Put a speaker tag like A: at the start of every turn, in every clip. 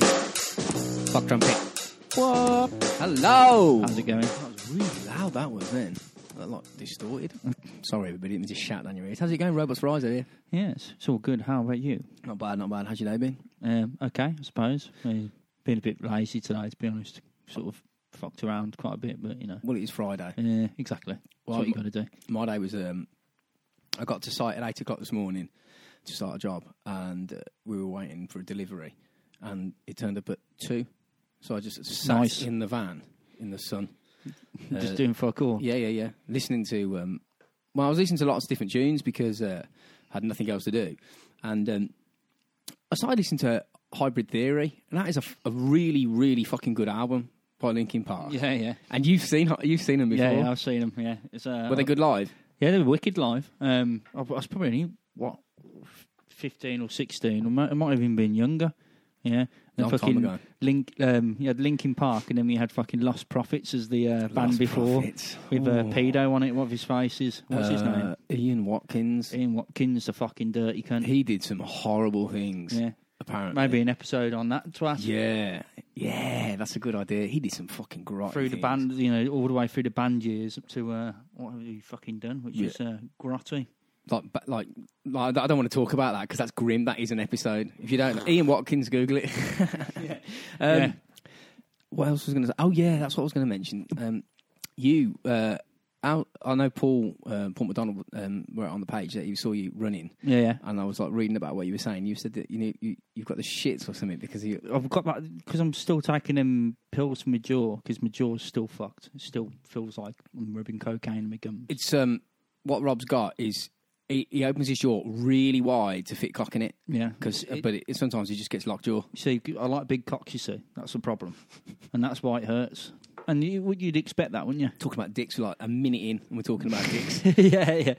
A: Fuck trumpet.
B: What?
A: Hello.
B: How's it going?
A: That was really loud. That was then. That lot distorted. Sorry, everybody. Let me just shout down your ears. How's it going? Robots Rise here.
B: Yes, it's all good. How about you?
A: Not bad. Not bad. How's your day been?
B: Um, okay, I suppose. I've been a bit lazy today, to be honest. Sort of fucked around quite a bit, but you know.
A: Well, it is Friday.
B: Yeah, exactly. That's
A: Well,
B: what you
A: m-
B: got to do.
A: My day was. Um, I got to site at eight o'clock this morning to start a job, and uh, we were waiting for a delivery, and it turned up at two. So I just sat
B: Nice.
A: in the van in the sun.
B: Just doing fuck all.
A: Uh, Yeah, yeah, yeah. Listening to um, well, I was listening to lots of different tunes because uh, I had nothing else to do, and um, I started listening to Hybrid Theory, and that is a, f- a really, really fucking good album by Linkin Park.
B: yeah, yeah.
A: And you've seen you've seen them before.
B: Yeah, yeah, I've seen them. Yeah, it's, uh,
A: Were they good live?
B: Yeah, they were wicked live. Um, I, I was probably only, what fifteen or sixteen. I might, I might have even been younger. Yeah,
A: Long time
B: fucking
A: ago.
B: Link. Um, you had Linkin Park, and then we had fucking Lost Prophets as the uh, band
A: Lost
B: before
A: Prophets.
B: with uh,
A: Ooh.
B: pedo on it. One of his faces. What's his name?
A: Uh, Ian Watkins.
B: Ian Watkins, the fucking dirty cunt.
A: He did some horrible things.
B: yeah,
A: apparently.
B: maybe an episode on that twat.
A: Yeah, yeah. That's a good idea. He did some fucking grotty
B: Through the
A: things.
B: band, you know, all the way through the band years up to uh, what have you fucking done, which
A: Yeah.
B: is uh, grotty.
A: like, but, like, like, I don't want to talk about that because that's grim. That is an episode. If you don't, Ian Watkins, Google it. um,
B: Yeah.
A: What else was going to say? Oh yeah, that's what I was going to mention. Um, you, uh, out, I know Paul, uh, Paul McDonald, um, wrote on the page that he saw you running,
B: Yeah, yeah.
A: and I was like reading about what you were saying. You said that you know you, you've got the shits or something because you.
B: I've got that because I'm still taking them pills for my jaw because my jaw's still fucked. It still feels like I'm rubbing cocaine in my gum.
A: It's um, what Rob's got is he, he opens his jaw really wide to fit cock in it.
B: Yeah,
A: Because, uh,
B: It-
A: but it, sometimes he just gets locked jaw.
B: see, I like big cocks. You see, that's the problem, and that's why it hurts. And you, would- you'd expect that, wouldn't
A: Talking about dicks, we're like a minute in, and we're talking about dicks.
B: you? yeah, yeah,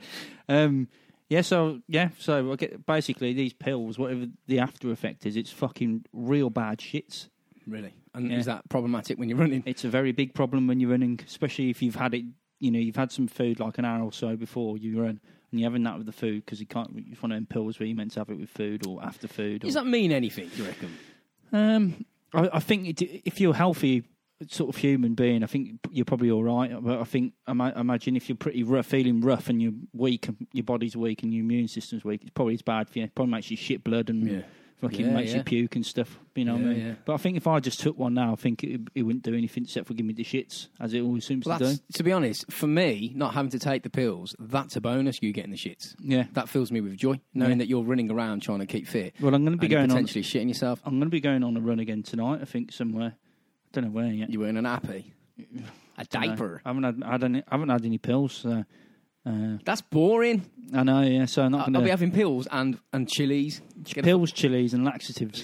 B: um, yeah. So yeah, so I get basically these pills, whatever the after effect is, it's fucking real bad shits.
A: Really? And
B: Yeah.
A: is that problematic when you're running?
B: It's a very big problem when you're running, especially if you've had it. You know, you've had some food like an hour or so before you run, and you're having that with the food because you can't. It's one of them pills where you're meant to have it with food or after food. Or,
A: Does that mean anything, do you reckon?
B: um, I, I think it, if you're a healthy sort of human being, I think you're probably all right. But I think I ma- imagine if you're pretty rough, feeling rough, and you're weak, and your body's weak, and your immune system's weak, it's probably it's bad for you. Probably makes you shit blood and
A: Yeah.
B: fucking
A: Yeah,
B: makes
A: yeah.
B: you puke and stuff. You know what
A: Yeah,
B: I mean?
A: yeah.
B: But I think if I just took one now, I think it, it wouldn't do anything except for give me the shits, as it always seems
A: Well,
B: to do.
A: that's, to be honest, for me, not having to take the pills, that's a bonus, you getting the shits.
B: Yeah.
A: That fills me with joy, knowing
B: Yeah.
A: that you're running around trying to keep fit.
B: Well, I'm going to be
A: and you're
B: going on.
A: potentially shitting yourself.
B: I'm going to be going on a run again tonight. I think somewhere. I don't know where yet.
A: You were in an appy. A
B: I don't know.
A: diaper.
B: I haven't had, had any. I haven't had any pills. So, uh,
A: That's boring.
B: I know. Yeah. So I'm not
A: I'll, I'll
B: going
A: be
B: to
A: having pills and, and chilies. Get a-
B: pills, chilies, and laxatives.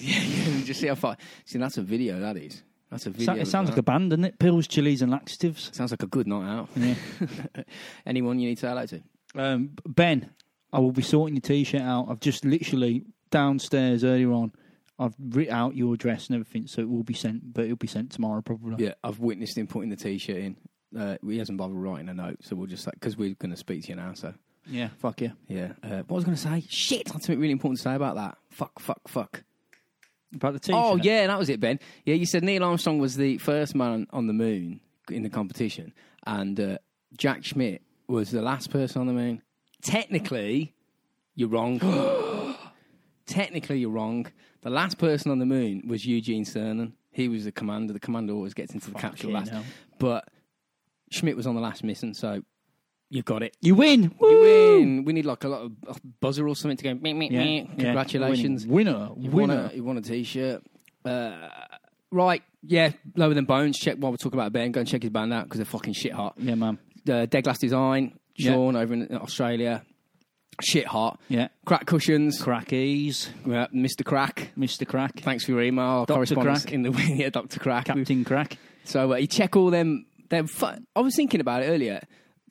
A: just see how far. See, that's a video, that is. That's a
B: It
A: video.
B: sa- it sounds like a band, doesn't it? Pills, chilies, and laxatives.
A: Sounds like a good night out.
B: Yeah.
A: Anyone you need to say hello to?
B: Um, ben, I will be sorting your t-shirt out. I've just literally downstairs earlier on. I've writ out your address and everything, so it will be sent. But it'll be sent tomorrow, probably.
A: Yeah, I've witnessed him putting the t-shirt in. Uh, he hasn't bothered writing a note, so we'll just like because we're going to speak to you now. So
B: yeah. Fuck yeah.
A: yeah, uh, what was I going to say? Shit, I had something really important to say about that. Fuck, fuck, fuck.
B: About the t-shirt.
A: Oh yeah, that was it, Ben. Yeah, you said Neil Armstrong was the first man on the moon in the competition, and uh, Jack Schmidt was the last person on the moon. Technically, you're wrong. Technically, you're wrong. The last person on the moon was Eugene Cernan. He was the commander. The commander always gets into the capsule
B: Fucking
A: last.
B: hell.
A: But Schmidt was on the last mission, so you've got it.
B: You win.
A: You
B: Woo!
A: win. We need like a lot of a buzzer or something to go. Meh, meh,
B: Yeah,
A: meh.
B: yeah.
A: Congratulations.
B: Winner.
A: You
B: Winner.
A: want
B: winner.
A: a you want a t-shirt? Uh, right, yeah. Lower than bones. Check while we're talking about Ben. Go and check his band out because they're fucking shit hot.
B: Yeah, man.
A: Uh, Dead Glass Design,
B: Yeah.
A: Sean over in Australia, shit hot.
B: Yeah.
A: Crack cushions,
B: Crackies,
A: Yeah, Mr. Crack.
B: Mr. Crack,
A: Thanks for your email.
B: Dr.
A: Correspondence
B: Crack.
A: in the yeah, Doctor Crack.
B: Captain Crack.
A: So uh, you check all them. Them. Fu- I was thinking about it earlier.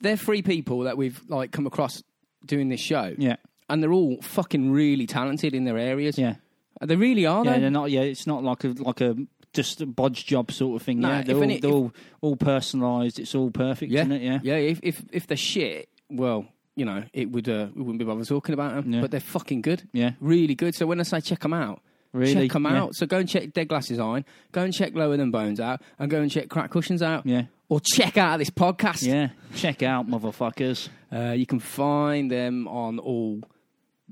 A: They're three people that we've like come across doing this show,
B: Yeah.
A: and they're all fucking really talented in their areas.
B: Yeah.
A: they really are.
B: Yeah,
A: though.
B: they're not. Yeah, it's not like a like a just a bodge job sort of thing.
A: No,
B: yeah,
A: if
B: they're, all,
A: any-
B: they're
A: if-
B: all all personalised. It's all perfect,
A: Yeah,
B: isn't it? Yeah.
A: If if if they're shit, well, you know, it would uh, we wouldn't be bothered talking about them.
B: Yeah.
A: But they're fucking good.
B: Yeah.
A: really good. So when I say check them out,
B: Really?
A: check them
B: Yeah.
A: out. So go and check Dead Glasses Iron, go and check Lower Than Bones out, and go and check Crack Cushions out.
B: Yeah.
A: Or check out this podcast.
B: Yeah. Check out, motherfuckers.
A: Uh, you can find them on all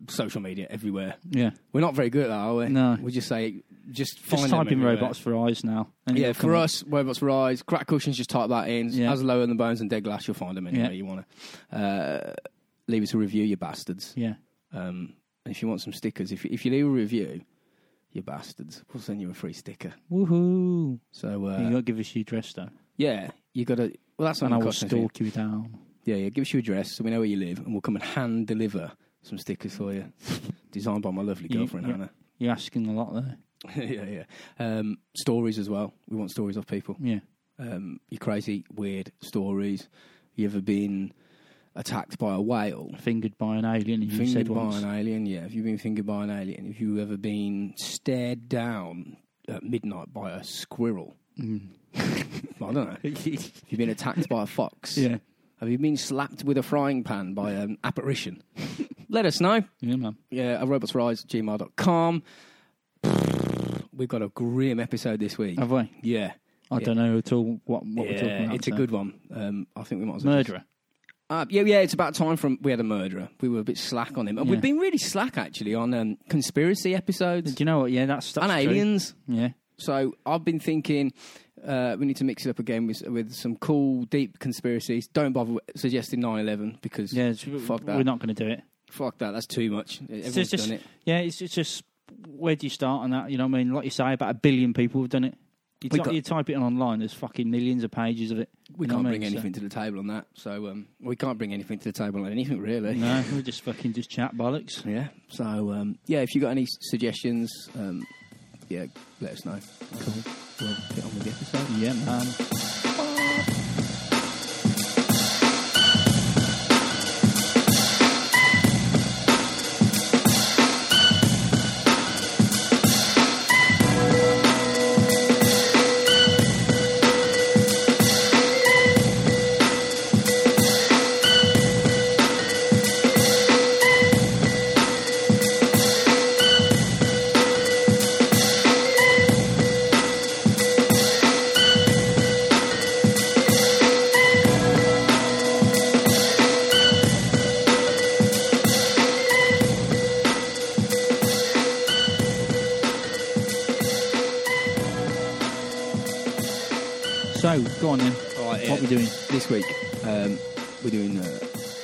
A: social media everywhere.
B: Yeah.
A: We're not very good at that, are we?
B: No.
A: We just say, just find
B: Just
A: them
B: type in
A: everywhere.
B: robots for eyes now. and
A: Yeah,
B: it'll
A: for
B: come up.
A: us, robots rise, crack cushions. Just type that in.
B: Yeah.
A: As lower than bones and dead glass, you'll find them anywhere
B: Yeah.
A: you want to. Uh, leave us a review, you bastards.
B: Yeah.
A: Um, and if you want some stickers, if if you leave a review, you bastards, we'll send you a free sticker.
B: Woohoo!
A: So
B: you
A: uh,
B: got to give us your address though,
A: yeah, you got to. Well, that's not
B: and I
A: going to
B: will
A: cost anything.
B: stalk you down.
A: Yeah, yeah. Give us your address so we know where you live, and we'll come and hand deliver some stickers for you, designed by my lovely
B: You-
A: girlfriend
B: yeah.
A: Hannah.
B: You're asking a lot there.
A: yeah, yeah. Um, stories as well. We want stories of people.
B: Yeah.
A: um, your crazy, weird stories. You ever been attacked by a whale?
B: Fingered by an alien. You said
A: Fingered by
B: once.
A: an alien? Yeah. Have you been fingered by an alien? Have you ever been stared down at midnight by a squirrel?
B: Mm.
A: I don't know. Have you been attacked by a fox?
B: yeah.
A: Have you been slapped with a frying pan by an apparition? Let us know.
B: Yeah, man.
A: Yeah, at robotsrise gmail.com. We've got a grim episode this week.
B: Have we?
A: Yeah.
B: I
A: Yeah.
B: don't know at all what, what we're talking
A: yeah,
B: about.
A: it's a
B: so.
A: good one. Um, I think we might as well just-
B: murderer.
A: Uh, yeah, yeah, it's about time from we had a murderer. We were a bit slack on him, and we've
B: Yeah.
A: been really slack actually on um, conspiracy episodes
B: Do you know what? Yeah, that's, that's
A: and
B: true.
A: aliens.
B: Yeah,
A: So I've been thinking uh, we need to mix it up again with with some cool deep conspiracies. Don't bother with- suggesting 9-11 because
B: yeah. It's,
A: Fuck that.
B: We're not going to do it.
A: fuck that, that's too much. Everyone's
B: just- just-
A: done it.
B: Yeah, it's, it's just where do you start on that? You know what I mean? Like you say, about a billion people have done it. You,
A: We
B: ty-
A: got-
B: you type it on online, there's fucking millions of pages of it.
A: We
B: You know
A: can't
B: what I
A: bring
B: mean? So-
A: anything to the table on that. So um, we can't bring anything to the table on anything really.
B: No, we just fucking just chat bollocks.
A: Yeah. So um, yeah, if you got any suggestions, um, yeah, let us know. Cool. Well, get on with the episode.
B: Yeah, man. So go on then.
A: All right,
B: What
A: yeah.
B: we doing?
A: This week, um, we're doing. Uh,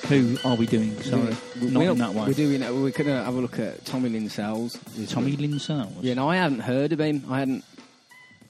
B: Who are we doing? Sorry,
A: we're,
B: not
A: we're,
B: in that way.
A: We're doing. Uh, we're going to have a look at Tommy Linsells. this
B: Tommy
A: week.
B: Lynn Sounds.
A: Yeah, no, I hadn't heard of him. I hadn't.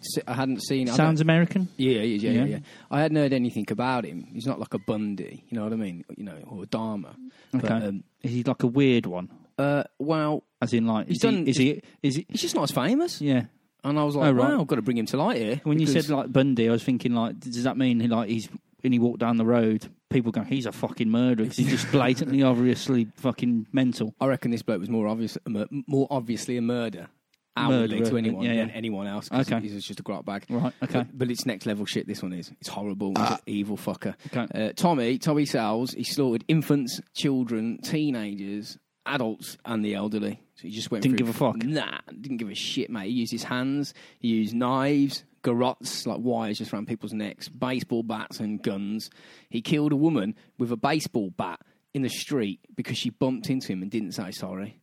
A: se- I hadn't seen. I
B: Sounds American.
A: don't- yeah, yeah, yeah, yeah,
B: Yeah.
A: yeah. I hadn't heard anything about him. He's not like a Bundy, you know what I mean? You know, or a Dharma.
B: Okay.
A: But, um,
B: is he like a weird one?
A: uh, well,
B: As in, like,
A: He's
B: is, he-
A: done-
B: is he? Is he?
A: he's just not as famous.
B: Yeah.
A: And I was like,
B: Oh, right.
A: wow, I've got to bring him to light here.
B: When you
A: because-
B: said like Bundy, I was thinking like, does that mean like he's when he walked down the road, people go, he's a fucking murderer because he's just blatantly, obviously, fucking mental.
A: I reckon this bloke was more obvious, a mur- more obviously a murder outwardly
B: Murderer,
A: to anyone
B: yeah, yeah.
A: than anyone else. 'cause
B: Okay.
A: he was just a grot bag.
B: Right. Okay. Ah.
A: But, but it's next level shit. This one is. It's horrible. He's an evil fucker.
B: Okay.
A: Uh, Tommy, Tommy Sowles, he slaughtered infants, children, teenagers, adults, and the elderly. So he just went.
B: Didn't
A: through-
B: give a fuck.
A: Nah, didn't give a shit, mate. He used his hands. He used knives, garrots, like wires just around people's necks, baseball bats, and guns. He killed a woman with a baseball bat in the street because she bumped into him and didn't say sorry.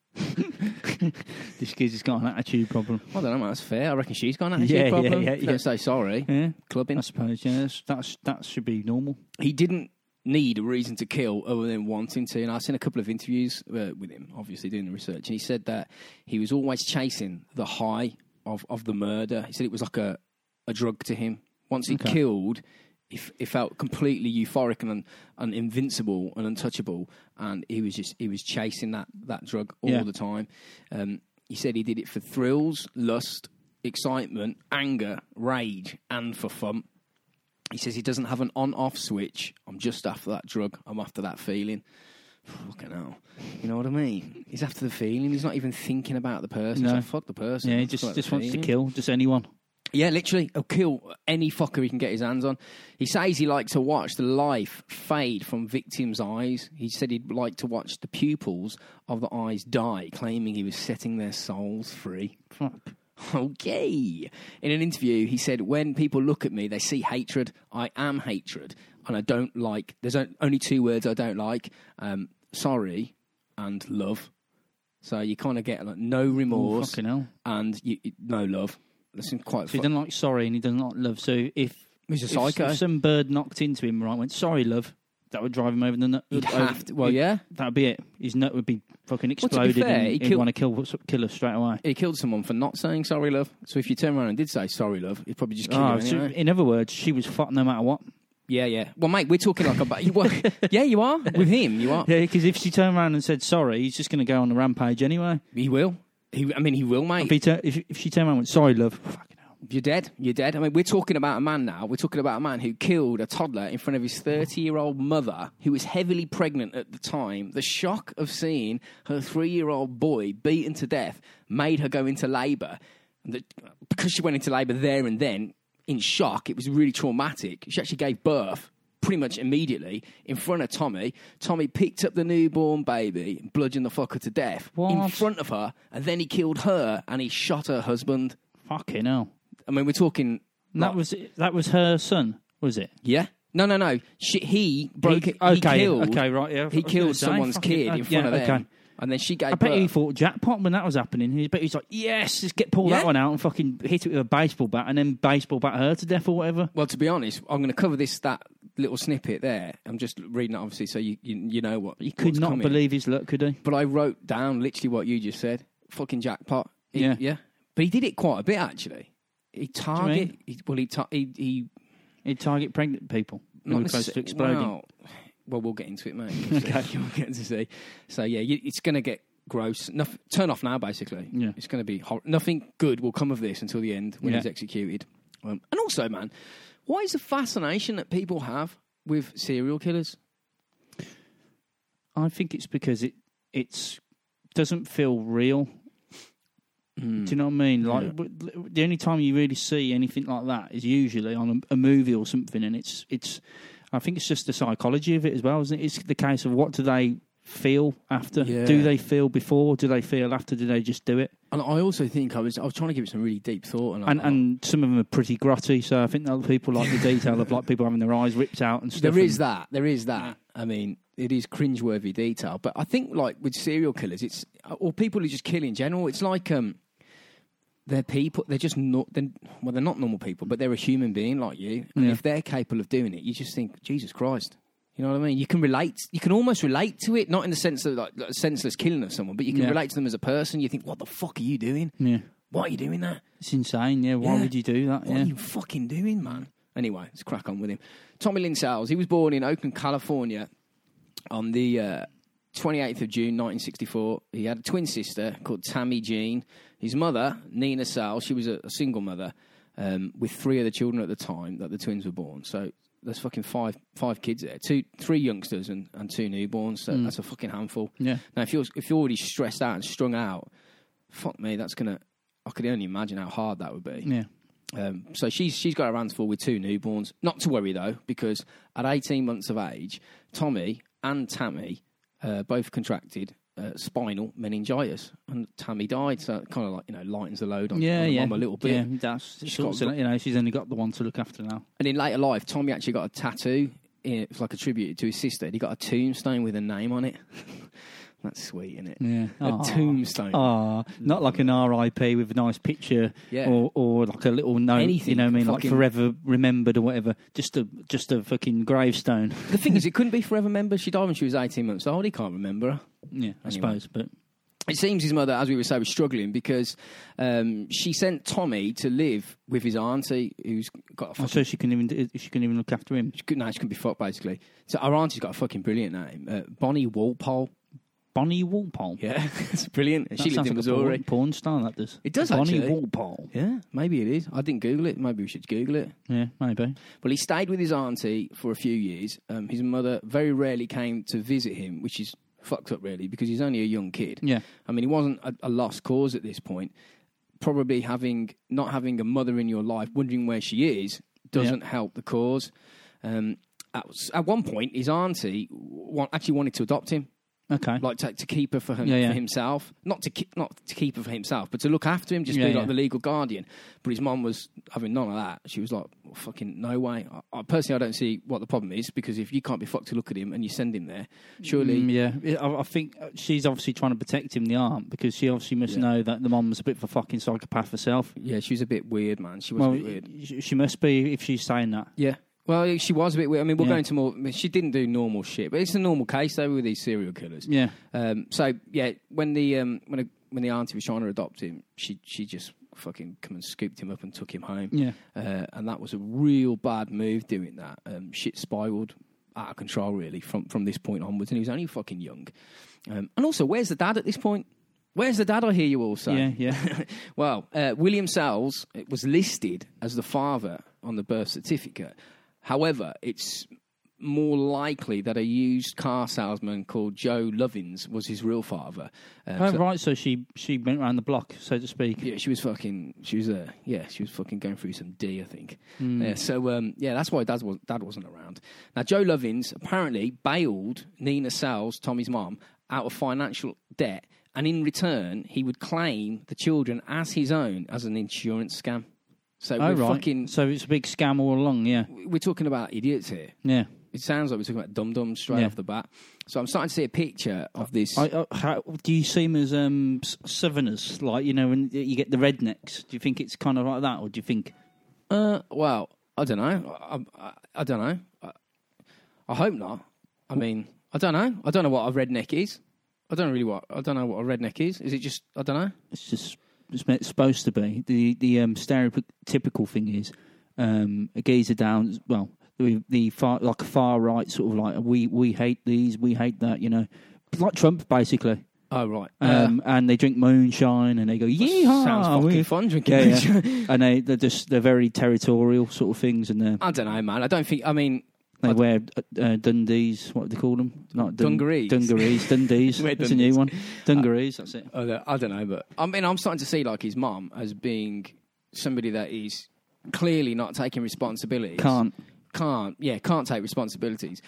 B: This kid's got an attitude problem.
A: I don't know, man. That's fair. I reckon she's gone. attitude
B: Yeah, yeah,
A: problem.
B: yeah,
A: If you
B: yeah.
A: Don't say sorry.
B: Yeah.
A: Clubbing.
B: I suppose. Yeah. That's, that's that should be normal.
A: he didn't need a reason to kill other than wanting to. And I've seen a couple of interviews uh, with him, obviously doing the research, and he said that he was always chasing the high of, of the murder. He said it was like a, a drug to him. Once he
B: Okay.
A: killed, he, f- he felt completely euphoric and, un, and invincible and untouchable, and he was just he was chasing that that drug all
B: Yeah.
A: the time. Um, he said he did it for thrills, lust, excitement, anger, rage, and for fun. He says he doesn't have an on off switch. I'm just after that drug. I'm after that feeling. Fucking hell. You know what I mean? He's after the feeling. He's not even thinking about the person. He's
B: No.
A: like, fuck the person.
B: Yeah. He
A: Fuck
B: just
A: about
B: just
A: the
B: wants to
A: feeling.
B: kill just anyone.
A: Yeah, literally, he'll kill any fucker he can get his hands on. He says he likes to watch the life fade from victims' eyes. He said he'd like to watch the pupils of the eyes die, claiming he was setting their souls free. Fuck. Okay. In an interview, he said, When people look at me, they see hatred. I am hatred. And I don't like, there's on- only two words I don't like um, sorry and love. So you kind of get like no
B: Oh,
A: remorse
B: fucking hell.
A: and you, you- no love. That's quite
B: So he
A: fu-
B: doesn't like sorry and he doesn't like love. So if
A: He's a
B: if
A: psycho.
B: s- some bird knocked into him, right, went sorry, love, that would drive him over the nut.
A: You'd
B: over-
A: have to, well,
B: he'd-
A: yeah.
B: that'd be it. His nut would be fucking
A: to be
B: exploded.
A: fair,
B: and
A: he
B: he'd
A: killed-
B: want to kill kill us straight away.
A: He killed someone for not saying sorry, love. So if you turn around and did say sorry, love, he'd probably just kill
B: Oh,
A: you.
B: so
A: anyway.
B: in other words, she was fucked no matter what.
A: Yeah, yeah. Well, mate, we're talking like about. Well, yeah, you are with him. You are.
B: Yeah, because if she turned around and said sorry, he's just going to go on the rampage anyway.
A: He will. He, I mean, he will, mate.
B: If, he tur- if, if she turned around and went sorry, love, fucking hell.
A: You're dead. You're dead. I mean, we're talking about a man now. We're talking about a man who killed a toddler in front of his 30 year old mother, who was heavily pregnant at the time. The shock of seeing her three year old boy beaten to death made her go into labor. And that- Because she went into labor there and then, in shock, it was really traumatic. She actually gave birth pretty much immediately in front of Tommy. Tommy picked up the newborn baby, and bludgeoned the fucker to death in
B: What?
A: front of her, and then he killed her and he shot her husband.
B: Fucking hell.
A: I mean, we're talking.
B: And That was that was her son, was it?
A: Yeah. No, no, no. She, he broke.
B: He-
A: it.
B: okay,
A: he killed,
B: okay, right, yeah. I
A: He
B: was gonna
A: killed
B: say,
A: someone's
B: fucking-
A: kid
B: uh,
A: in front
B: yeah,
A: of them,
B: okay.
A: and then she gave
B: I bet
A: birth.
B: he thought jackpot when that was happening. He- But he's like, yes, just get pull
A: Yeah.
B: that one out and fucking hit it with a baseball bat and then baseball bat her to death or whatever.
A: well, to be honest, I'm going to cover this that little snippet there. I'm just reading it, obviously, so you you, you know what you
B: Could not believe his luck, could he?
A: But I wrote down literally what you just said. Fucking jackpot. He-
B: Yeah.
A: yeah. But he did it quite a bit actually. He target.
B: mean?
A: He, well, he tar- he, he
B: He'd target pregnant people who were close
A: necessar-
B: to exploding.
A: Well, well, we'll get into it, mate. okay, you'll get to see. So yeah, you, it's going to get gross. Noth- turn off now, basically.
B: Yeah.
A: it's going to be hor- nothing good will come of this until the end when
B: Yeah.
A: he's executed. Um, and also, man, what is the fascination that people have with serial killers?
B: I think it's because it it's doesn't feel real. Do you know what I mean? Like
A: Hmm. Yeah.
B: w- the only time you really see anything like that is usually on a, a movie or something, and it's it's. I think it's just the psychology of it as well, isn't it? It's the case of what do they feel after?
A: Yeah.
B: Do they feel before? Do they feel after? Do they just do it?
A: And I also think I was I was trying to give it some really deep thought, and, I-
B: And and some of them are pretty grotty, so I think that people like the detail of like people having their eyes ripped out and stuff.
A: There is
B: and-
A: that. There is that. I mean, it is cringeworthy detail. But I think, like with serial killers, it's or people who just kill in general. It's like um, they're people. They're just not. They're, well, they're not normal people, but they're a human being like you. And
B: Yeah.
A: if they're capable of doing it, you just think, Jesus Christ. You know what I mean? You can relate. You can almost relate to it, not in the sense of like, like senseless killing of someone, but you can
B: Yeah. Mm.
A: relate to them as a person. You think, what the fuck are you doing?
B: yeah,
A: Why are you doing that?
B: it's insane. Yeah, why
A: Yeah.
B: would you do that?
A: What
B: yeah,
A: are you fucking doing, man? Anyway, let's crack on with him. Tommy Lynn Sales, he was born in Oakland, California on the uh, 28th of June 1964. He had a twin sister called Tammy Jean. His mother, Nina Sales, she was a, a single mother um, with three other children at the time that the twins were born. So there's fucking five five kids there, two three youngsters and, and two newborns. So that's a fucking handful.
B: Mm. yeah.
A: Now, if you're if you're already stressed out and strung out, fuck me, that's gonna. I could only imagine how hard that would be.
B: yeah.
A: Um, so she's she's got her hands full with two newborns. Not to worry though, because at 18 months of age, Tommy and Tammy uh, both contracted uh, spinal meningitis, and Tammy died. So it kind of like you know lightens the load on, on the mum a little bit.
B: Yeah, that's
A: She's
B: she's got,
A: got-
B: you know she's only got the one to look after now.
A: And in later life, Tommy actually got a tattoo. It was like a tribute to his sister. He got a tombstone with a name on it. That's sweet, isn't it?
B: Yeah,
A: A tombstone.
B: Ah, not like an R.I.P. with a nice picture,
A: Yeah.
B: or or like a little note,
A: Anything,
B: you know, what I mean,
A: fucking-
B: like forever remembered or whatever. Just a just a fucking gravestone.
A: The thing is, it couldn't be forever. Remember, she died when she was 18 months old. He can't remember her.
B: Yeah, I
A: Anyway.
B: suppose. But
A: it seems his mother, as we were saying, was struggling because um, she sent Tommy to live with his auntie, who's got a
B: I
A: fucking.
B: suppose she can even do- she can even look after him.
A: she could- no, she can be fucked basically. So our auntie's got a fucking brilliant name, uh, Bonnie Walpole.
B: Bonnie Walpole.
A: Yeah, it's brilliant. And
B: That
A: she lived
B: sounds
A: in
B: like a
A: Missouri.
B: porn, porn star. That does.
A: It does,
B: Bonnie
A: actually.
B: Walpole.
A: Yeah, maybe it is. I didn't Google it. Maybe we should Google it.
B: Yeah, maybe.
A: Well, he stayed with his auntie for a few years. Um, his mother very rarely came to visit him, which is fucked up, really, because he's only a young kid.
B: Yeah.
A: I mean, he wasn't a, a lost cause at this point. probably having not having a mother in your life, wondering where she is, doesn't help the cause. Um, at, s- at one point, his auntie wa- actually wanted to adopt him,
B: Okay.
A: like to, to keep her for, him,
B: Yeah, yeah.
A: for himself, not to ki- not to keep her for himself, but to look after him, just
B: Yeah,
A: be like
B: yeah.
A: the legal guardian. But his mum was having none of that. She was like, "Well, "Fucking no way." I, I, personally, I don't see what the problem is because if you can't be fucked to look at him and you send him there, surely
B: Mm, yeah, Yeah, I, I think uh, she's obviously trying to protect him, the aunt, because she obviously must
A: Yeah.
B: know that the mum's a bit of a fucking psychopath herself.
A: Yeah, she was a bit weird, man. She was
B: well,
A: a bit weird.
B: y- she must be if she's saying that.
A: Yeah. Well, she was a bit weird. I mean, we're
B: Yeah.
A: going to more. I mean, she didn't do normal shit, but it's a normal case though with these serial killers.
B: Yeah,
A: Um, so yeah, when the um, when a, when the auntie was trying to adopt him, she she just fucking come and scooped him up and took him home.
B: yeah,
A: Uh, and that was a real bad move doing that. Um, shit spiraled out of control really from from this point onwards, and he was only fucking young. Um, and also, where's the dad at this point? Where's the dad? I hear you all say.
B: yeah, yeah.
A: well, uh, William Sells it was listed as the father on the birth certificate. However, it's more likely that a used car salesman called Joe Lovins was his real father. Um,
B: oh,
A: so-
B: right. So she she went round the block, so to speak.
A: yeah, she was fucking. She was uh, yeah, she was fucking going through some D, I think.
B: Hmm.
A: Yeah, so um, yeah, that's why dad was dad wasn't around. Now Joe Lovins apparently bailed Nina Sells, Tommy's mom, out of financial debt, and in return he would claim the children as his own as an insurance scam. So
B: Oh,
A: we're
B: right.
A: fucking
B: So it's a big scam all along. Yeah,
A: we're talking about idiots here.
B: yeah.
A: It sounds like we're talking about dum dums straight
B: Yeah.
A: off the bat. So I'm starting to see a picture of this.
B: I, I, how, do you see them as um, s- southerners, like you know, when you get the rednecks? Do you think it's kind of like that, or do you think?
A: Uh, well, I don't know. I, I, I don't know. I, I hope not. I mean, I don't know. I don't know what a redneck is. I don't really what I don't know what a redneck is. Is it just I don't know?
B: it's just it's meant- supposed to be the the um, stereotypical thing is um, a geezer down well the, the far like a far right sort of like we we hate these we hate that you know like Trump basically
A: Oh right.
B: um, and they drink moonshine and they go yeah
A: sounds fucking fun drinking.
B: yeah,
A: moonshine.
B: yeah. and they they're just they're very territorial sort of things and they
A: I don't know, man. I don't think. I mean,
B: they
A: I-
B: wear uh, uh, Dundees what do they call them not Dun-
A: Dungarees.
B: dungarees Dundees
A: Wear
B: that's a new one dungarees that's it
A: I don't- uh, I don't know, but I mean, I'm starting to see like his mum as being somebody that is clearly not taking responsibility.
B: can't
A: can't yeah can't take responsibilities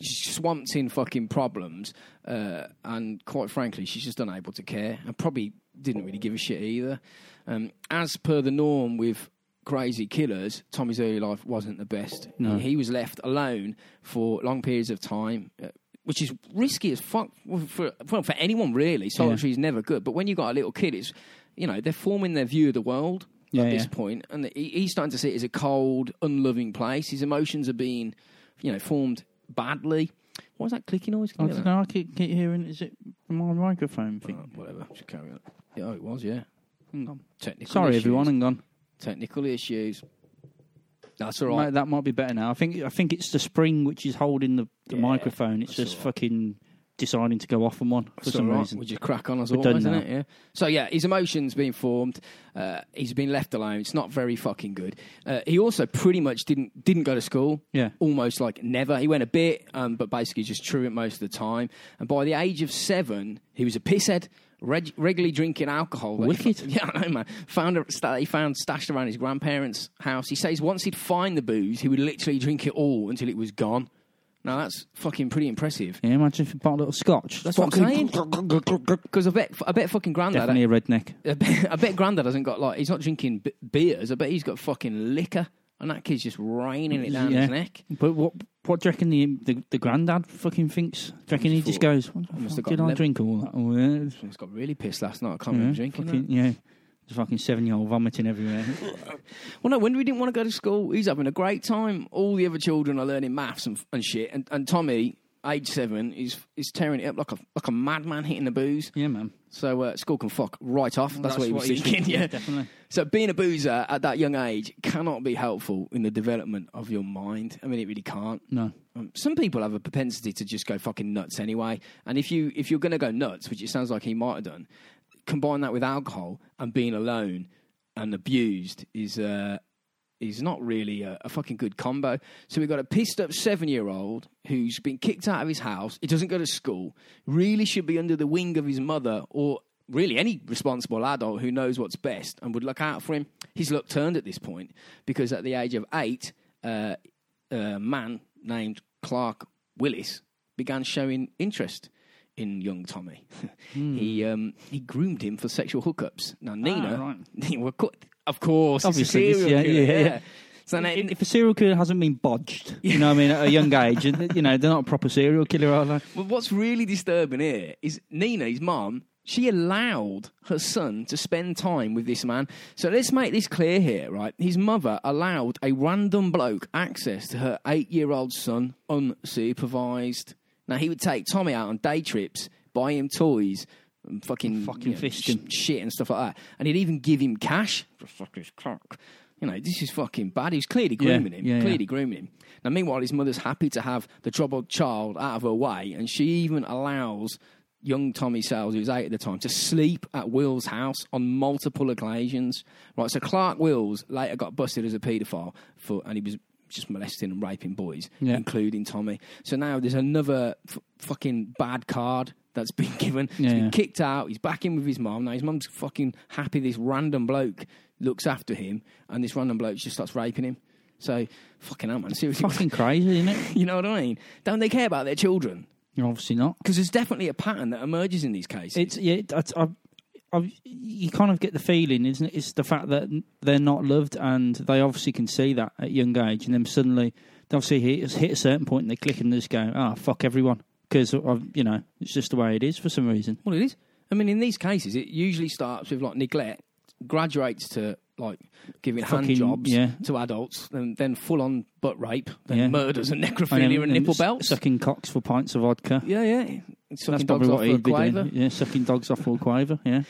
A: she's swamped in fucking problems uh, and quite frankly she's just unable to care and probably didn't really give a shit either um, as per the norm with crazy killers tommy's early life wasn't the best
B: No.
A: he was left alone for long periods of time uh, which is risky as fuck well, for, well, for anyone really solitary is never good but when you've got a little kid it's you know they're forming their view of the world
B: Yeah,
A: at this
B: yeah.
A: point, and he, he's starting to see it as a cold, unloving place. His emotions are being, you know, formed badly. What is that clicky noise? Can
B: I
A: you hear
B: don't know I keep, keep hearing is it my microphone
A: that?
B: thing
A: Oh, whatever, just carry on. Yeah, oh, it was, yeah.
B: Hang on.
A: Technical
B: Um, Sorry,
A: issues.
B: everyone. Hang on.
A: Technical issues. That's all right.
B: Mate, that might be better now. I think I think it's the spring which is holding the, the
A: Yeah,
B: microphone. It's
A: that's
B: just
A: all right.
B: fucking deciding to go off on one for
A: That's
B: some
A: all right.
B: reason.
A: We just crack on as
B: We're
A: always,
B: done
A: isn't
B: now.
A: it? Yeah. So yeah, his emotions being formed. Uh, he's been left alone. It's not very fucking good. Uh, he also pretty much didn't didn't go to school.
B: Yeah.
A: almost like never. He went a bit, um, but basically just threw it most of the time. And by the age of seven, he was a pisshead. Reg- regularly drinking alcohol. that he-
B: Wicked.
A: yeah, I know, man. Found a, sta- he found stashed around his grandparents' house. He says once he'd find the booze, he would literally drink it all until it was gone. Now that's fucking pretty impressive.
B: Yeah, imagine if you bought a little scotch.
A: That's what I'm
B: Fucking-
A: saying. Because I bet, I bet fucking granddad,
B: Definitely a redneck.
A: I bet, I bet Grandad hasn't got like he's not drinking b- beers. I bet he's got fucking liquor, and that kid's just raining it down
B: Yeah.
A: his neck.
B: But what what do you reckon the the, the granddad fucking thinks? Do you reckon he just
A: Thought-
B: goes, what the
A: must have
B: fuck
A: got
B: did I
A: lev-
B: drink all that? Oh, yeah. it's-
A: I just got really pissed last night. I can't
B: yeah,
A: remember drinking.
B: fucking,
A: that.
B: yeah. There's fucking seven year old vomiting everywhere.
A: Well, no, when we didn't want to go to school, he's having a great time. All the other children are learning maths and, and shit, and, and Tommy, age seven, is is tearing it up like a like a madman hitting the booze.
B: yeah, man.
A: So uh, school can fuck right off. That's, what he was
B: he's
A: thinking. Yeah.
B: definitely.
A: So being a boozer at that young age cannot be helpful in the development of your mind. I mean, it really can't.
B: No.
A: Um, some people have a propensity to just go fucking nuts anyway, and if you if you're going to go nuts, which it sounds like he might have done, combine that with alcohol and being alone and abused is uh, is not really a, a fucking good combo. So we've got a pissed up seven year old who's been kicked out of his house. He doesn't go to school. Really should be under the wing of his mother or really any responsible adult who knows what's best and would look out for him. His luck turned at this point because at the age of eight, uh, a man named Clark Willis began showing interest in young Tommy. He um, he groomed him for sexual hookups. Now Nina, well, co- of course, it's a
B: Obviously, this-
A: serial
B: yeah,
A: killer,
B: yeah, yeah.
A: So now,
B: If a serial killer hasn't been bodged, you know, what I mean, at a young age, and you know, they're not a proper serial killer, are they?
A: Well, what's really disturbing here is Nina, his mom, she allowed her son to spend time with this man. So let's make this clear here, right? His mother allowed a random bloke access to her eight year old son unsupervised. Now, he would take Tommy out on day trips, buy him toys. And fucking
B: Fucking fist him.
A: sh- shit and stuff like that, and he'd even give him cash for fuck his cock. You know, this is fucking bad. He was clearly grooming him.
B: yeah, yeah.
A: clearly really grooming him. Now, meanwhile, his mother's happy to have the troubled child out of her way, and she even allows young Tommy Sales, who's eight at the time, to sleep at Will's house on multiple occasions. Right, so Clark Wills later got busted as a paedophile for, and he was just molesting and raping boys,
B: Yeah.
A: including Tommy. So now there's another f- fucking bad card. That's been given. He's
B: Yeah,
A: been
B: yeah.
A: kicked out. He's back in with his mum. Now his mum's fucking happy. This random bloke looks after him, and this random bloke just starts raping him. So fucking hell, man. Seriously,
B: Fucking crazy, isn't it?
A: you know what I mean? Don't they care about their children?
B: Obviously not.
A: Because there's definitely a pattern that emerges in these cases.
B: It's yeah. it- That's, I, I, you kind of get the feeling, isn't it? It's the fact that they're not loved, and they obviously can see that at young age, and then suddenly they obviously hit, hit a certain point, and they click and they just go, "Ah, fuck everyone," because you know it's just the way it is for some reason.
A: well, it is. I mean, in these cases, it usually starts with like neglect, graduates to like giving hand
B: Fucking-
A: jobs
B: yeah.
A: to adults, and then full on butt rape, then
B: Yeah.
A: murders and necrophilia
B: then-
A: and,
B: then
A: nipple
B: s-
A: belts.
B: sucking cocks for pints of vodka.
A: yeah, yeah.
B: That's
A: Sucking dogs
B: probably
A: off
B: what
A: for
B: he'd
A: a
B: be
A: quaver.
B: doing. Yeah, sucking dogs off for a quaver. Yeah,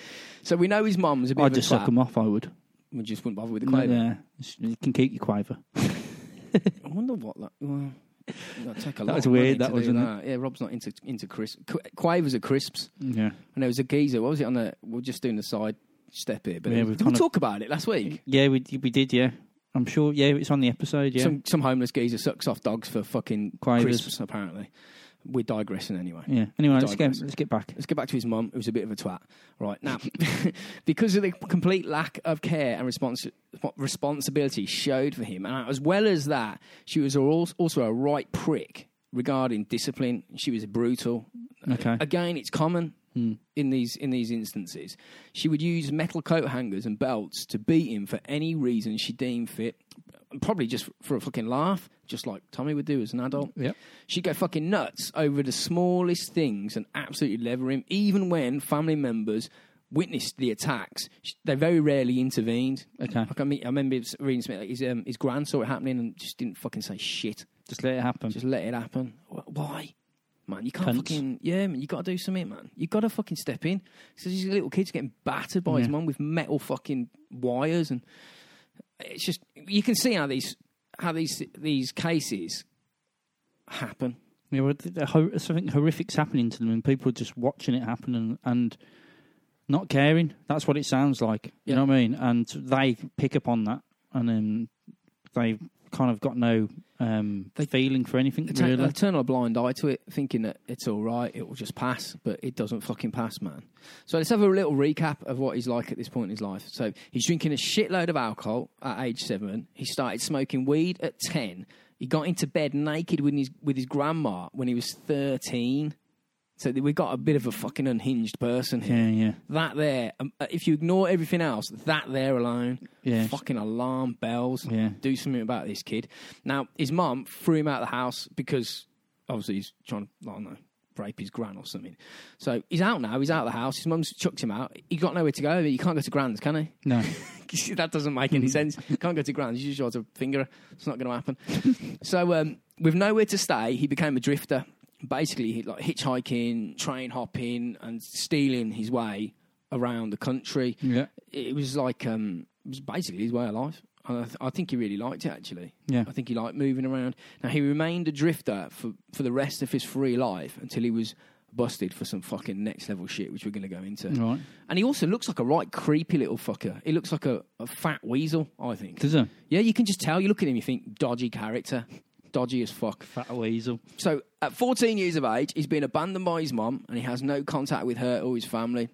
A: So we know his mum's a bit
B: I'd
A: of a
B: just suck
A: twat.
B: them off. I would.
A: We just wouldn't bother with the quaver.
B: Yeah, It's- you can keep your quaver.
A: I wonder what that. Well, that'd take a lot
B: was
A: of money
B: weird,
A: to
B: that
A: do
B: wasn't it?
A: that. Yeah, Rob's not into into crisps. Qu- Quavers are crisps.
B: Yeah,
A: And there was a geezer. What was it on the? We're just doing the side step here, but
B: Yeah,
A: it was-
B: we've
A: did we
B: kind of-
A: talk about it last week?
B: yeah, we d- we did. Yeah, I'm sure. Yeah, it's on the episode. Yeah,
A: Some some homeless geezer sucks off dogs for fucking
B: Quavers.
A: crisps. Apparently, we're digressing anyway.
B: yeah. Anyway, let's get
A: Digress.
B: let's get back.
A: Let's get back to his mum, who's a bit of a twat. Right now, because of the complete lack of care and respons- responsibility showed for him, and as well as that, she was al- also a right prick regarding discipline. She was brutal.
B: Okay.
A: Again, it's common in these in these instances. She would use metal coat hangers and belts to beat him for any reason she deemed fit, probably just for a fucking laugh, just like Tommy would do as an adult.
B: Yep.
A: She'd go fucking nuts over the smallest things and absolutely lever him, even when family members witnessed the attacks. Sh- They very rarely intervened.
B: Okay.
A: Like I, mean, I remember reading something, like his, um, his grand saw it happening and just didn't fucking say shit.
B: Just let it happen.
A: Just let it happen. Wh- Why? Man, you can't
B: Cunts.
A: fucking yeah, man. You got to do something, man. You got to fucking step in. So these little kids getting battered by his
B: Yeah.
A: mum with metal fucking wires, and it's just you can see how these how these these cases happen.
B: yeah, well, th- the hor- something horrific's happening to them, and people are just watching it happen and, and not caring. That's what it sounds like.
A: Yeah.
B: You know what I mean? And they pick up on that, and then they kind of got no um,
A: They-
B: feeling for anything.
A: They turn,
B: Really.
A: they turn a blind eye to it, thinking that it's all right, it will just pass, but it doesn't fucking pass, man. So let's have a little recap of what he's like at this point in his life. So he's drinking a shitload of alcohol at age seven. He started smoking weed at ten. He got into bed naked with his with his grandma when he was thirteen. So we got a bit of a fucking unhinged person here.
B: yeah, yeah,
A: That there, um, uh, if you ignore everything else, that there alone,
B: Yeah.
A: fucking alarm bells.
B: Yeah.
A: Do something about this kid. Now, his mum threw him out of the house because obviously he's trying to, I don't know, rape his gran or something. So he's out now, he's out of the house. His mum's chucked him out. He got nowhere to go. He can't go to gran's, can he?
B: no,
A: You see, that doesn't make
B: Mm.
A: any sense. You can't go to grounds. You just have to finger. her. It's not going to happen. so, um, with nowhere to stay, he became a drifter. Basically, he, like hitchhiking, train hopping, and stealing his way around the country.
B: yeah,
A: It was like um, it was basically his way of life. And I, th- I think he really liked it. Actually,
B: yeah.
A: I think he liked moving around. Now he remained a drifter for, for the rest of his free life until he was busted for some fucking next level shit, which we're going to go into.
B: Right,
A: And he also looks like a right creepy little fucker. He looks like a, a fat weasel, I think.
B: does a
A: Yeah, you can just tell. You look at him, you think, dodgy character, dodgy as fuck.
B: fat weasel?
A: So at 14 years of age, he's been abandoned by his mom and he has no contact with her or his family.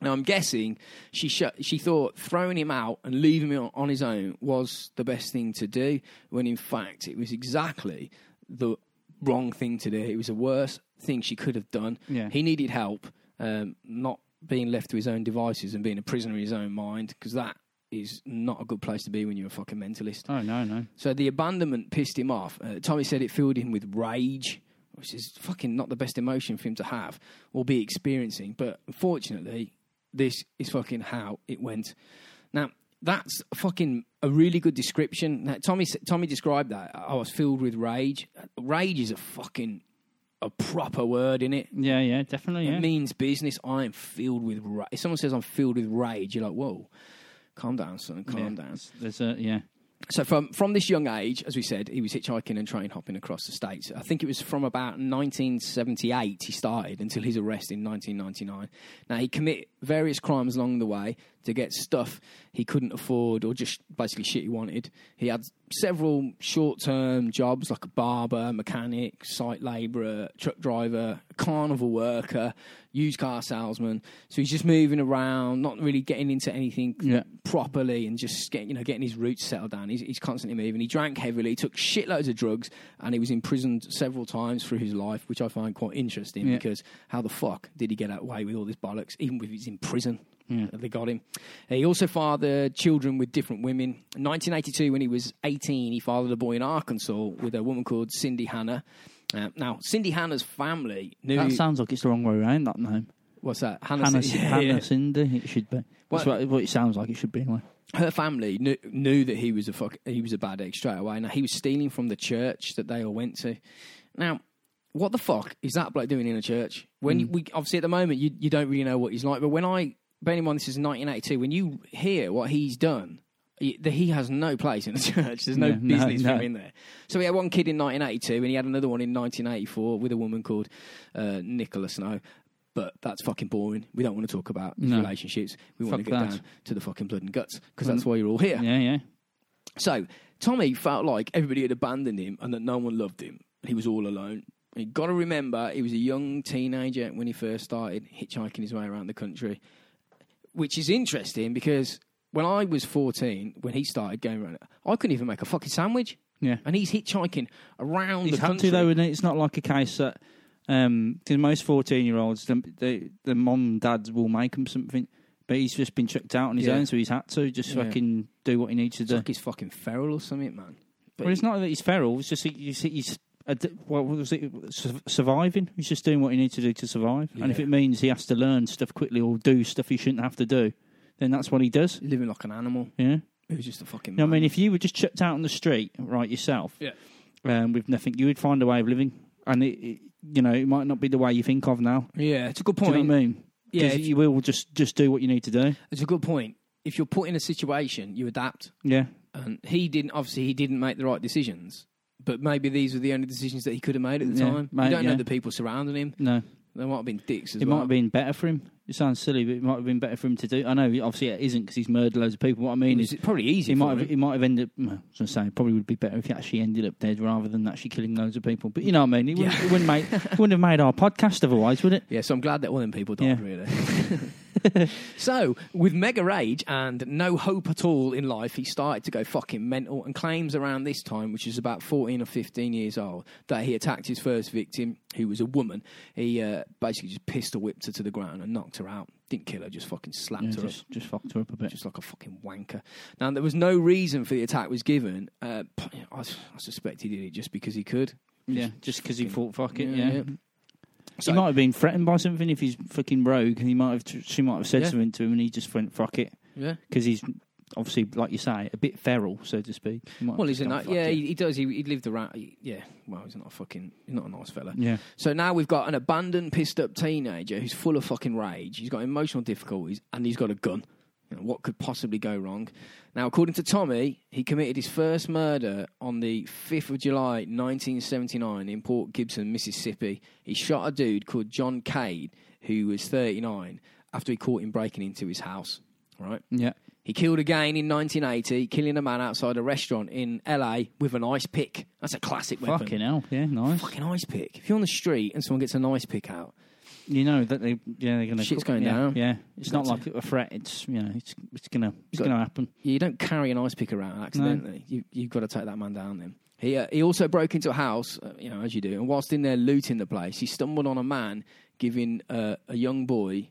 A: Now I'm guessing she sh- she thought throwing him out and leaving him on, on his own was the best thing to do, when in fact it was exactly the wrong thing to do. It was the worst thing she could have done.
B: Yeah.
A: He needed help, um, not being left to his own devices and being a prisoner in his own mind, because that is not a good place to be when you're a fucking mentalist.
B: Oh no, no.
A: So the abandonment pissed him off. Uh, Tommy said it filled him with rage, which is fucking not the best emotion for him to have or be experiencing. But unfortunately, this is fucking how it went. Now, that's fucking a really good description. Now, Tommy, s- Tommy described that. I was filled with rage. Rage is a fucking a proper word in it.
B: Yeah, yeah, definitely. Yeah.
A: It means business. I am filled with rage. If someone says I'm filled with rage, you're like, whoa, calm down, son, calm
B: Yeah.
A: down.
B: There's a yeah.
A: So from from this young age, as we said, he was hitchhiking and train hopping across the states. I think it was from about 1978 he started until his arrest in 1999. Now he commit various crimes along the way to get stuff he couldn't afford or just basically shit he wanted. He had several short-term jobs like a barber, mechanic, site labourer, truck driver, carnival worker, used car salesman. So he's just moving around, not really getting into anything
B: Yeah.
A: properly and just getting you know getting his roots settled down. He's, he's constantly moving. He drank heavily, he took shitloads of drugs, and he was imprisoned several times through his life, which I find quite interesting
B: Yeah.
A: because how the fuck did he get away with all this bollocks, even if he's in prison? They got him. Uh, He also fathered children with different women. In 1982, when he was 18, he fathered a boy in Arkansas with a woman called Cindy Hanna. Uh, now, Cindy Hanna's family knew.
B: That sounds like it's the wrong way around. That name,
A: what's that?
B: Hannah,
A: Cindy- Yeah, yeah.
B: Hannah Cindy. It should be. That's
A: Well-
B: what, what it sounds like. It should be anyway.
A: her family knew, knew that he was a fuck, he was a bad egg straight away. Now he was stealing from the church that they all went to. Now, what the fuck is that bloke doing in a church? When
B: Hmm.
A: you, we obviously at the moment you, you don't really know what he's like, but when I bear in mind this is 1982, when you hear what he's done, he, that he has no place in the church. There's no
B: No, no,
A: business
B: no.
A: for him in there. So he had one kid in 1982, and he had another one in 1984 with a woman called uh, Nicola Snow. But that's fucking boring. We don't want to talk about his
B: No.
A: relationships. We want to
B: Fuck
A: get
B: that.
A: down to the fucking blood and guts because that's why you're all here.
B: Yeah, yeah.
A: So Tommy felt like everybody had abandoned him and that no one loved him. He was all alone. You got to remember, he was a young teenager when he first started hitchhiking his way around the country, which is interesting because when I was 14, when he started going around, I couldn't even make a fucking sandwich.
B: Yeah.
A: And he's hitchhiking around
B: It's
A: the
B: had
A: country.
B: to though, and it's not like a case that um, 'cause most fourteen-year-olds, the, the the mom and dads will make him something, but he's just been checked out on his
A: Yeah.
B: own, so he's had to just
A: Yeah.
B: fucking do what he needs to
A: it's
B: do.
A: like he's fucking feral or something, man. But
B: well, it's not that he's feral; it's just that he's, he's ad- what was it su- surviving? He's just doing what he needs to do to survive, and if
A: Yeah.
B: it means he has to learn stuff quickly or do stuff he shouldn't have to do, then that's what he does.
A: living like an animal.
B: Yeah.
A: It was just a fucking.
B: You know what I mean,
A: man.
B: if you were just chucked out on the street, right yourself,
A: Yeah.
B: um, with nothing, you would find a way of living, and it, it, you know, it might not be the way you think of now.
A: yeah, it's a good
B: Do you
A: point.
B: know what I mean?
A: Yeah,
B: 'Cause
A: if-
B: you will just just do what you need to do.
A: it's a good point. If you're put in a situation, you adapt.
B: Yeah,
A: and he didn't obviously he didn't make the right decisions but maybe these were the only decisions that he could have made at the
B: Yeah,
A: time
B: mate,
A: you don't know
B: yeah.
A: the people surrounding him
B: no,
A: they might have been dicks as
B: it
A: well
B: might have been better for him. It sounds silly, but it might have been better for him to do. I know, obviously, it isn't because he's murdered loads of people. What I
A: it
B: mean
A: was
B: is,
A: probably easy
B: he
A: for
B: might have
A: him.
B: he might have ended. Well, I was going to say, it probably would be better if he actually ended up dead rather than actually killing loads of people. But you know what I mean? It wouldn't,
A: Yeah.
B: it wouldn't make it wouldn't have made our podcast otherwise, would it?
A: yeah so i'm glad that all them people died
B: Yeah.
A: really so with mega rage and no hope at all in life he started to go fucking mental and claims around this time which is about 14 or 15 years old that he attacked his first victim who was a woman he uh, basically just pistol whipped her to the ground and knocked her out didn't kill her just fucking slapped
B: Yeah,
A: her up
B: just just fucked her up a bit.
A: just like a fucking wanker. Now there was no reason for the attack was given. Uh, p- I, s- I suspect he did it just because he could.
B: yeah, just because he thought, fuck it.
A: Yeah,
B: Yeah.
A: yeah. So-
B: he might have been threatened by something if he's fucking rogue. He might have. She might have said
A: Yeah.
B: something to him, and he just went, fuck it.
A: Yeah.
B: because he's obviously, like you say, a bit feral, so to speak. He might
A: Well,
B: have
A: he's a
B: just gone,
A: nice.
B: "Fuck
A: Yeah,
B: it."
A: he, he does. He, he lived around. He, yeah. Well, he's not a fucking. He's not a nice fella.
B: yeah,
A: So now we've got an abandoned, pissed up teenager who's full of fucking rage. He's got emotional difficulties and he's got a gun. You know, what could possibly go wrong? Now, according to Tommy, he committed his first murder on the 5th of July 1979 in Port Gibson, Mississippi. He shot a dude called John Cade, who was 39, after he caught him breaking into his house. Right?
B: yeah,
A: He killed again in 1980, killing a man outside a restaurant in LA with an ice pick. That's a classic weapon
B: fucking hell, yeah, nice.
A: fucking ice pick. If you're on the street and someone gets an ice pick out,
B: You know that they, yeah, they're gonna.
A: Shit's
B: cook-
A: going
B: yeah,
A: down.
B: Yeah, it's
A: Got
B: not like a threat. It's you know, it's it's gonna it's
A: Got-
B: gonna happen.
A: You don't carry an ice pick around accidentally. You, you've got to take that man down then. He, uh, he also broke into a house, uh, you know, as you do, and whilst in there looting the place, he stumbled on a man giving uh, a young boy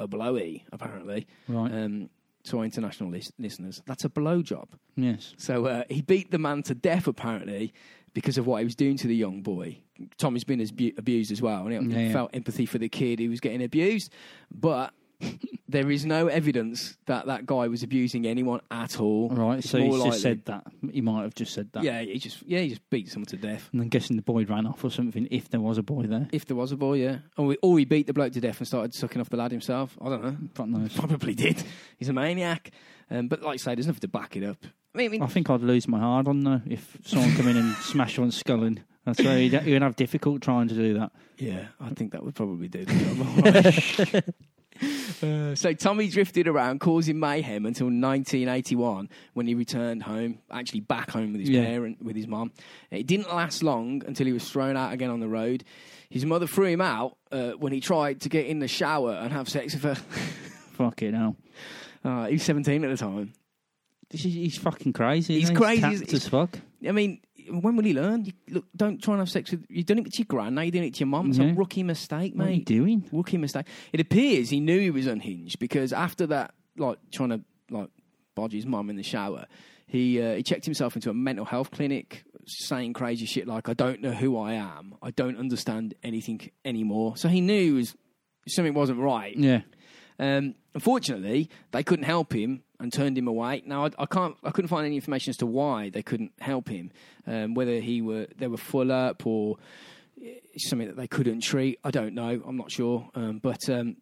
A: a blowy, apparently,
B: Right.
A: um, to our international lis- listeners. That's a blowjob.
B: yes.
A: So uh, he beat the man to death, apparently, because of what he was doing to the young boy. Tommy's been abu- abused as well, and he
B: Yeah, yeah.
A: felt empathy for the kid who was getting abused. But there is no evidence that that guy was abusing anyone at all.
B: Right.
A: It's
B: So he's
A: more
B: just
A: likely-
B: said that. He might have just said that.
A: Yeah, he just yeah he just beat someone to death.
B: And I'm guessing the boy ran off or something. If there was a boy there,
A: If there was a boy, yeah, or, we, or he beat the bloke to death and started sucking off the lad himself. I don't know.
B: God knows.
A: Probably did. He's a maniac. Um, but like I say, there's nothing to back it up. I mean, I mean
B: I think I'd lose my hard on though if someone come in and smash one's skull in. And so you'd, you'd have difficult trying to do that.
A: Yeah, I think that would probably do the job. Uh, so Tommy drifted around, causing mayhem until 1981 when he returned home, actually back home with his
B: Yeah.
A: parent, with his mom. It didn't last long until he was thrown out again on the road. His mother threw him out uh, when he tried to get in the shower and have sex with her.
B: Fuck it now.
A: Uh, he was 17 at the time.
B: This is, he's fucking crazy.
A: He's
B: isn't he?
A: crazy,
B: tapped
A: he's-
B: as fuck.
A: I mean, when will he learn? You, look, don't try and have sex with. You're doing it to your gran. Now you're doing it to your mom. It's a
B: Yeah.
A: rookie mistake,
B: What are you
A: mate.
B: doing?
A: rookie mistake. It appears he knew he was unhinged because after that, like trying to like bodge his mum in the shower, he uh, he checked himself into a mental health clinic, saying crazy shit like "I don't know who I am, I don't understand anything anymore." So he knew he was something wasn't right.
B: Yeah.
A: Um, unfortunately, they couldn't help him and turned him away. Now, I, I can't, I couldn't find any information as to why they couldn't help him. Um, whether he were they were full up or it's something that they couldn't treat, I don't know. I'm not sure. Um, but um,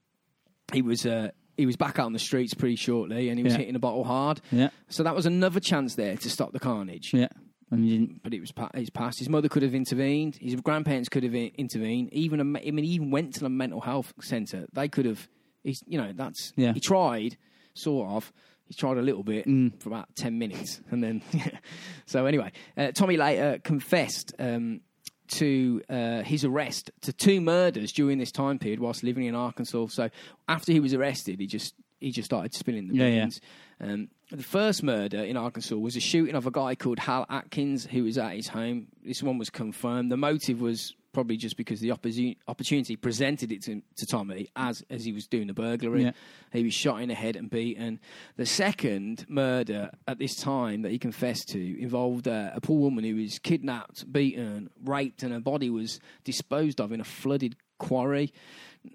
A: he was uh, he was back out on the streets pretty shortly, and he was
B: Yeah.
A: hitting the bottle hard.
B: Yeah.
A: So that was another chance there to stop the carnage
B: Yeah. And you didn't.
A: but it was pa- his past. His mother could have intervened. His grandparents could have in- intervened. Even a me- I mean, he even went to the mental health centre. They could have. He's, you know, that's
B: Yeah.
A: he tried, sort of. He tried a little bit for about ten minutes, and then. so anyway, uh, Tommy later confessed um, to uh, his arrest to two murders during this time period whilst living in Arkansas. So after he was arrested, he just he just started spilling the
B: Yeah, yeah.
A: beans. Um, the first murder in Arkansas was a shooting of a guy called Hal Atkins, who was at his home. This one was confirmed. The motive was probably just because the opposi- opportunity presented it to, to Tommy as, as he was doing the burglary.
B: Yeah.
A: He was shot in the head and beaten. The second murder at this time that he confessed to involved uh, a poor woman who was kidnapped, beaten, raped, and her body was disposed of in a flooded quarry.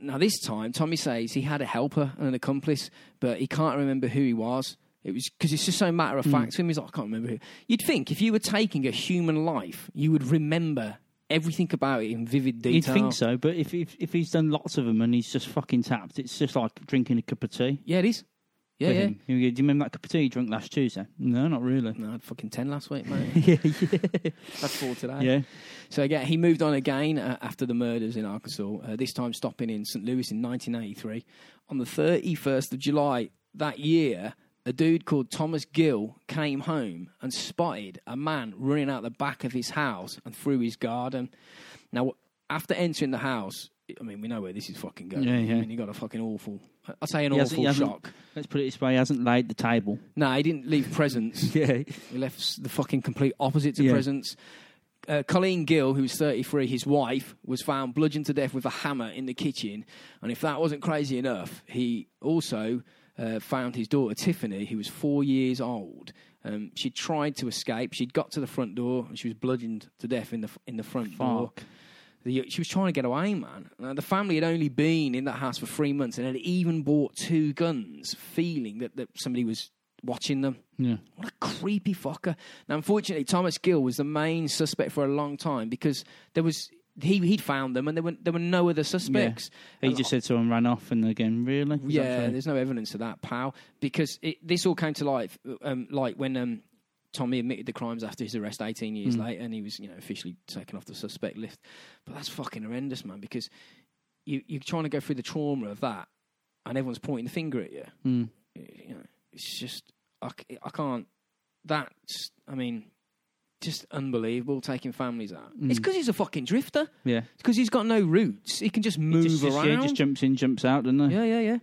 A: Now, this time, Tommy says he had a helper and an accomplice, but he can't remember who he was. It was because it's just so matter
B: Hmm.
A: of fact to him. He's like, I can't remember who. You'd think if you were taking a human life, you would remember everything about it in vivid detail.
B: You'd think so, but if, if if he's done lots of them and he's just fucking tapped, it's just like drinking a cup of tea.
A: Yeah, it is. Yeah,
B: for
A: yeah.
B: him. You go, Do you remember that cup of tea you drank last Tuesday? No, not really.
A: No, I had fucking 10 last week, mate.
B: yeah,
A: That's four today.
B: yeah,
A: So again, he moved on again uh, after the murders in Arkansas. Uh, this time, stopping in St. Louis in 1983. On the 31st of July that year, a dude called Thomas Gill came home and spotted a man running out the back of his house and through his garden. Now, after entering the house, I mean, we know where this is fucking going.
B: Yeah, yeah.
A: I mean, he got a fucking awful. I say an
B: He hasn't- he
A: awful
B: hasn't-
A: shock.
B: Let's put it this way: he hasn't laid the table.
A: No, he didn't leave presents.
B: Yeah,
A: He left s- the fucking complete opposite to
B: Yeah.
A: presents. Uh, Colleen Gill, who was 33, his wife, was found bludgeoned to death with a hammer in the kitchen. And if that wasn't crazy enough, he also uh, found his daughter Tiffany, who was four years old. Um, she tried to escape. She'd got to the front door and she was bludgeoned to death in the f- in the front door.
B: Fuck.
A: The, she was trying to get away, man. Now, the family had only been in that house for three months and had even bought two guns, feeling that, that somebody was watching them.
B: yeah.
A: What a creepy fucker. Now, unfortunately, Thomas Gill was the main suspect for a long time because there was he he'd found them and there were there were no other suspects.
B: He
A: And
B: just said someone ran off, and again, really? Is that
A: yeah,
B: true?
A: there's no evidence of that, pal. Because it, this all came to life, um, like when um, Tommy admitted the crimes after his arrest 18 years
B: Hmm.
A: later, and he was, you know, officially taken off the suspect list. But that's fucking horrendous, man. Because you, you're trying to go through the trauma of that, and everyone's pointing the finger at you.
B: Mm.
A: You know, it's just I, c- I can't. That's I mean, just unbelievable taking families out.
B: Hmm.
A: It's because he's a fucking drifter.
B: Yeah.
A: It's because he's got no roots. He can just move
B: Just, just,
A: around.
B: yeah, just jumps in, jumps out, doesn't they?
A: yeah, yeah, yeah.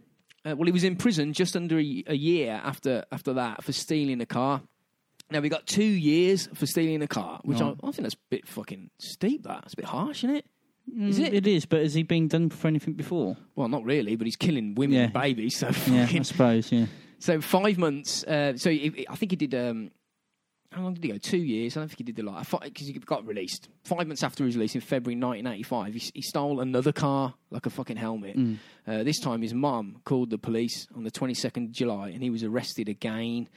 A: Uh, well, he was in prison just under a, a year after after that for stealing a car. Now we got two years for stealing a car, which
B: Right.
A: I, I think that's a bit fucking steep. That it's a bit harsh, isn't it? Is
B: Mm,
A: it?
B: It is, but has he been done for anything before?
A: Well, not really, but he's killing women
B: Yeah.
A: and babies. So
B: Yeah,
A: fucking
B: I suppose. Yeah.
A: So five months. Uh, so he, I think he did. Um, how long did he go? Two years. I don't think he did the lot because he got released five months after his release in February 1985. He, s- he stole another car like a fucking helmet. Uh, this time, his mum called the police on the 22nd of July, and he was arrested again.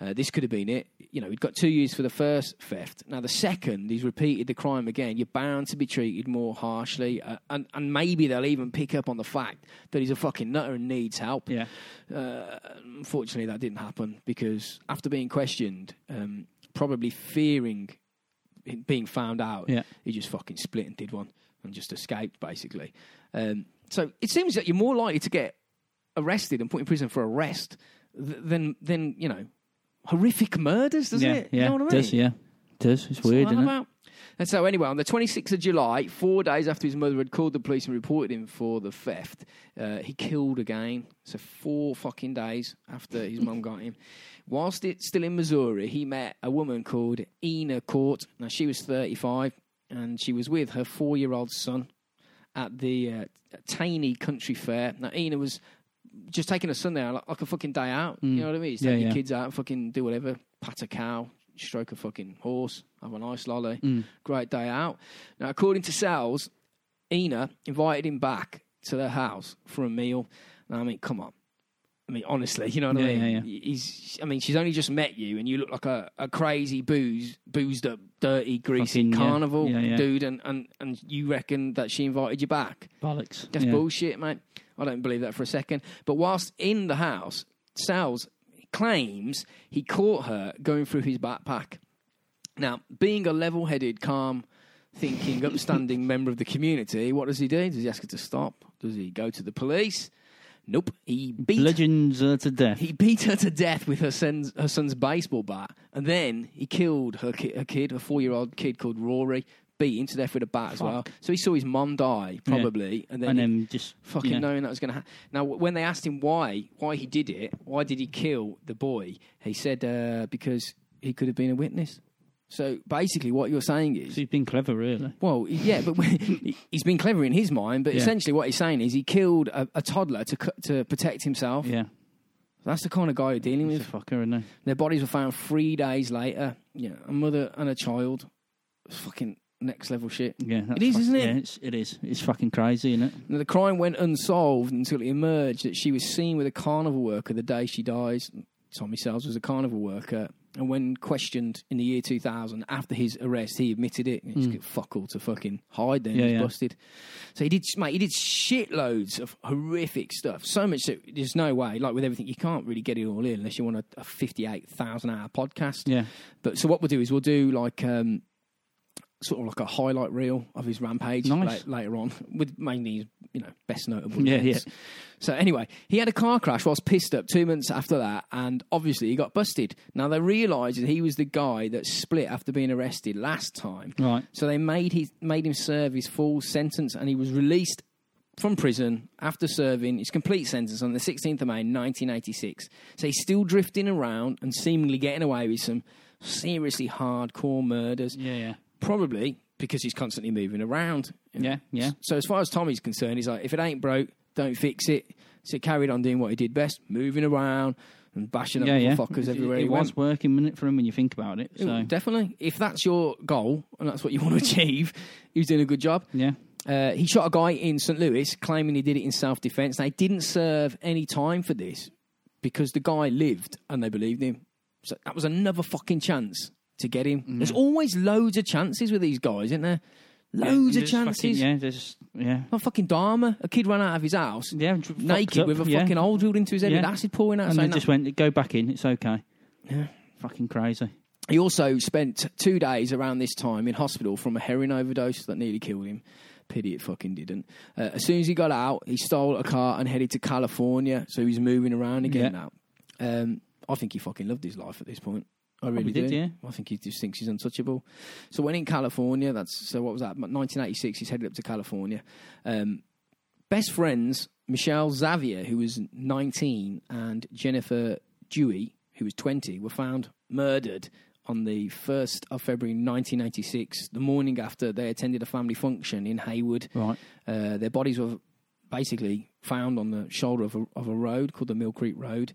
A: Uh, this could have been it. You know, he'd got two years for the first theft. Now the second, he's repeated the crime again. You're bound to be treated more harshly, uh, and and maybe they'll even pick up on the fact that he's a fucking nutter and needs help
B: Yeah.
A: uh, unfortunately, that didn't happen because after being questioned, um, probably fearing it being found out,
B: Yeah.
A: he just fucking split and did one and just escaped, basically. Um, so it seems that you're more likely to get arrested and put in prison for arrest th- than than you know horrific murders, doesn't
B: yeah.
A: it?
B: Yeah.
A: you know what I mean?
B: Does yeah. Does it's
A: What's all
B: weird,
A: that
B: isn't it?
A: about? And so, anyway, on the 26th of July, four days after his mother had called the police and reported him for the theft, uh, he killed again. So, four fucking days after his mum got him. Whilst it, still in Missouri, he met a woman called Ina Court. Now, she was 35 and she was with her four year old son at the uh, Taney Country Fair. Now, Ina was just taking her son there like, like a fucking day out. You know what I mean? Just
B: Mm. Yeah,
A: take your
B: yeah.
A: kids out and fucking do whatever, pat a cow, stroke a fucking horse, have a nice lolly,
B: Mm.
A: great day out. Now, according to Sal's, Ina invited him back to their house for a meal. Now, I mean, come on. I mean, honestly, you know what I
B: Yeah,
A: mean.
B: yeah,
A: He's, I mean, she's only just met you, and you look like a, a crazy booze, boozed up, dirty, greasy
B: Fucking, yeah.
A: carnival
B: Yeah, yeah.
A: dude, and, and and you reckon that she invited you back?
B: Bollocks.
A: That's
B: yeah.
A: bullshit, mate. I don't believe that for a second. But whilst in the house, Sal's claims he caught her going through his backpack. Now, being a level headed, calm, thinking, upstanding member of the community, what does he do? Does he ask her to stop? Does he go to the police? Nope. He beat
B: Bludgeons her to death.
A: he beat her to death with her son's, her son's baseball bat, and then he killed her, ki- her kid, a four year old kid called Rory, beat him to death with a bat as well. So he saw his mum die, probably, and then,
B: and
A: he-
B: then just
A: fucking
B: you know,
A: knowing that was going to happen. Now, w- when they asked him why, why he did it, why did he kill the boy, he said uh, because he could have been a witness. So basically, what you're saying is
B: He's been clever, really.
A: well, yeah, but when, he's been clever in his mind. But
B: Yeah.
A: essentially, what he's saying is he killed a, a toddler to cu- to protect himself.
B: Yeah.
A: That's the kind of guy you're dealing
B: He's
A: with.
B: a fucker, isn't he?
A: Their bodies were found three days later. You know, a mother and a child. It's fucking next level shit.
B: Yeah. that's
A: It is,
B: fuck-
A: isn't it?
B: Yeah, it's, it is. It's fucking crazy, isn't it?
A: Now, the crime went unsolved until it emerged that she was seen with a carnival worker the day she dies. Tommy Sells was a carnival worker. And when questioned in the year 2000, after his arrest, he admitted it. It's good fuck all to fucking hide then.
B: Hmm. Yeah,
A: he's
B: yeah.
A: busted. So he did, mate, he did shitloads of horrific stuff. So much that there's no way, like with everything, you can't really get it all in unless you want a, a 58,000 hour podcast.
B: Yeah.
A: But so what we'll do is we'll do like um, sort of like a highlight reel of his rampage
B: Nice.
A: la- later on, with mainly his, you know best notable.
B: Yeah,
A: events. So anyway, he had a car crash whilst pissed up two months after that, and obviously he got busted. Now they realised that he was the guy that split after being arrested last time.
B: Right.
A: So they made his made him serve his full sentence, and he was released from prison after serving his complete sentence on the 16th of May 1986. So he's still drifting around and seemingly getting away with some seriously hardcore murders,
B: Yeah, yeah.
A: probably because he's constantly moving around.
B: Yeah, yeah.
A: So as far as Tommy's concerned, he's like, if it ain't broke, don't fix it. So he carried on doing what he did best, moving around and bashing up
B: Yeah, yeah.
A: motherfuckers
B: It-
A: everywhere
B: it,
A: he
B: was
A: wants.
B: working, wasn't it, for him when you think about it? So,
A: Definitely. If that's your goal and that's what you want to achieve, he was doing a good job.
B: yeah.
A: Uh, he shot a guy in St. Louis claiming he did it in self defense. They didn't serve any time for this because the guy lived and they believed him. So that was another fucking chance to get him.
B: Mm.
A: There's always loads of chances with these guys, isn't there? Loads
B: Yeah,
A: of
B: just fucking-
A: chances.
B: yeah, there's, yeah.
A: Not fucking Dharma. A kid ran out of his house
B: Yeah, and fucked
A: naked
B: up,
A: with a
B: yeah.
A: fucking hole drilled into his head with
B: Yeah.
A: acid pouring out.
B: And they
A: saying that-
B: just went, go back in, it's okay.
A: Yeah.
B: Fucking crazy.
A: He also spent two days around this time in hospital from a heroin overdose that nearly killed him. Pity it fucking didn't. Uh, as soon as he got out, he stole a car and headed to California. So he was moving around again
B: Yeah.
A: now. Um, I think he fucking loved his life at this point. I really
B: Probably did,
A: do.
B: yeah.
A: I think he just thinks he's untouchable. So when in California, that's so what was that? 1986. He's headed up to California. Um, best friends Michelle Xavier, who was 19, and Jennifer Dewey, who was 20, were found murdered on the 1st of February 1986, the morning after they attended a family function in Haywood.
B: Right.
A: Uh, their bodies were basically found on the shoulder of a, of a road called the Mill Creek Road.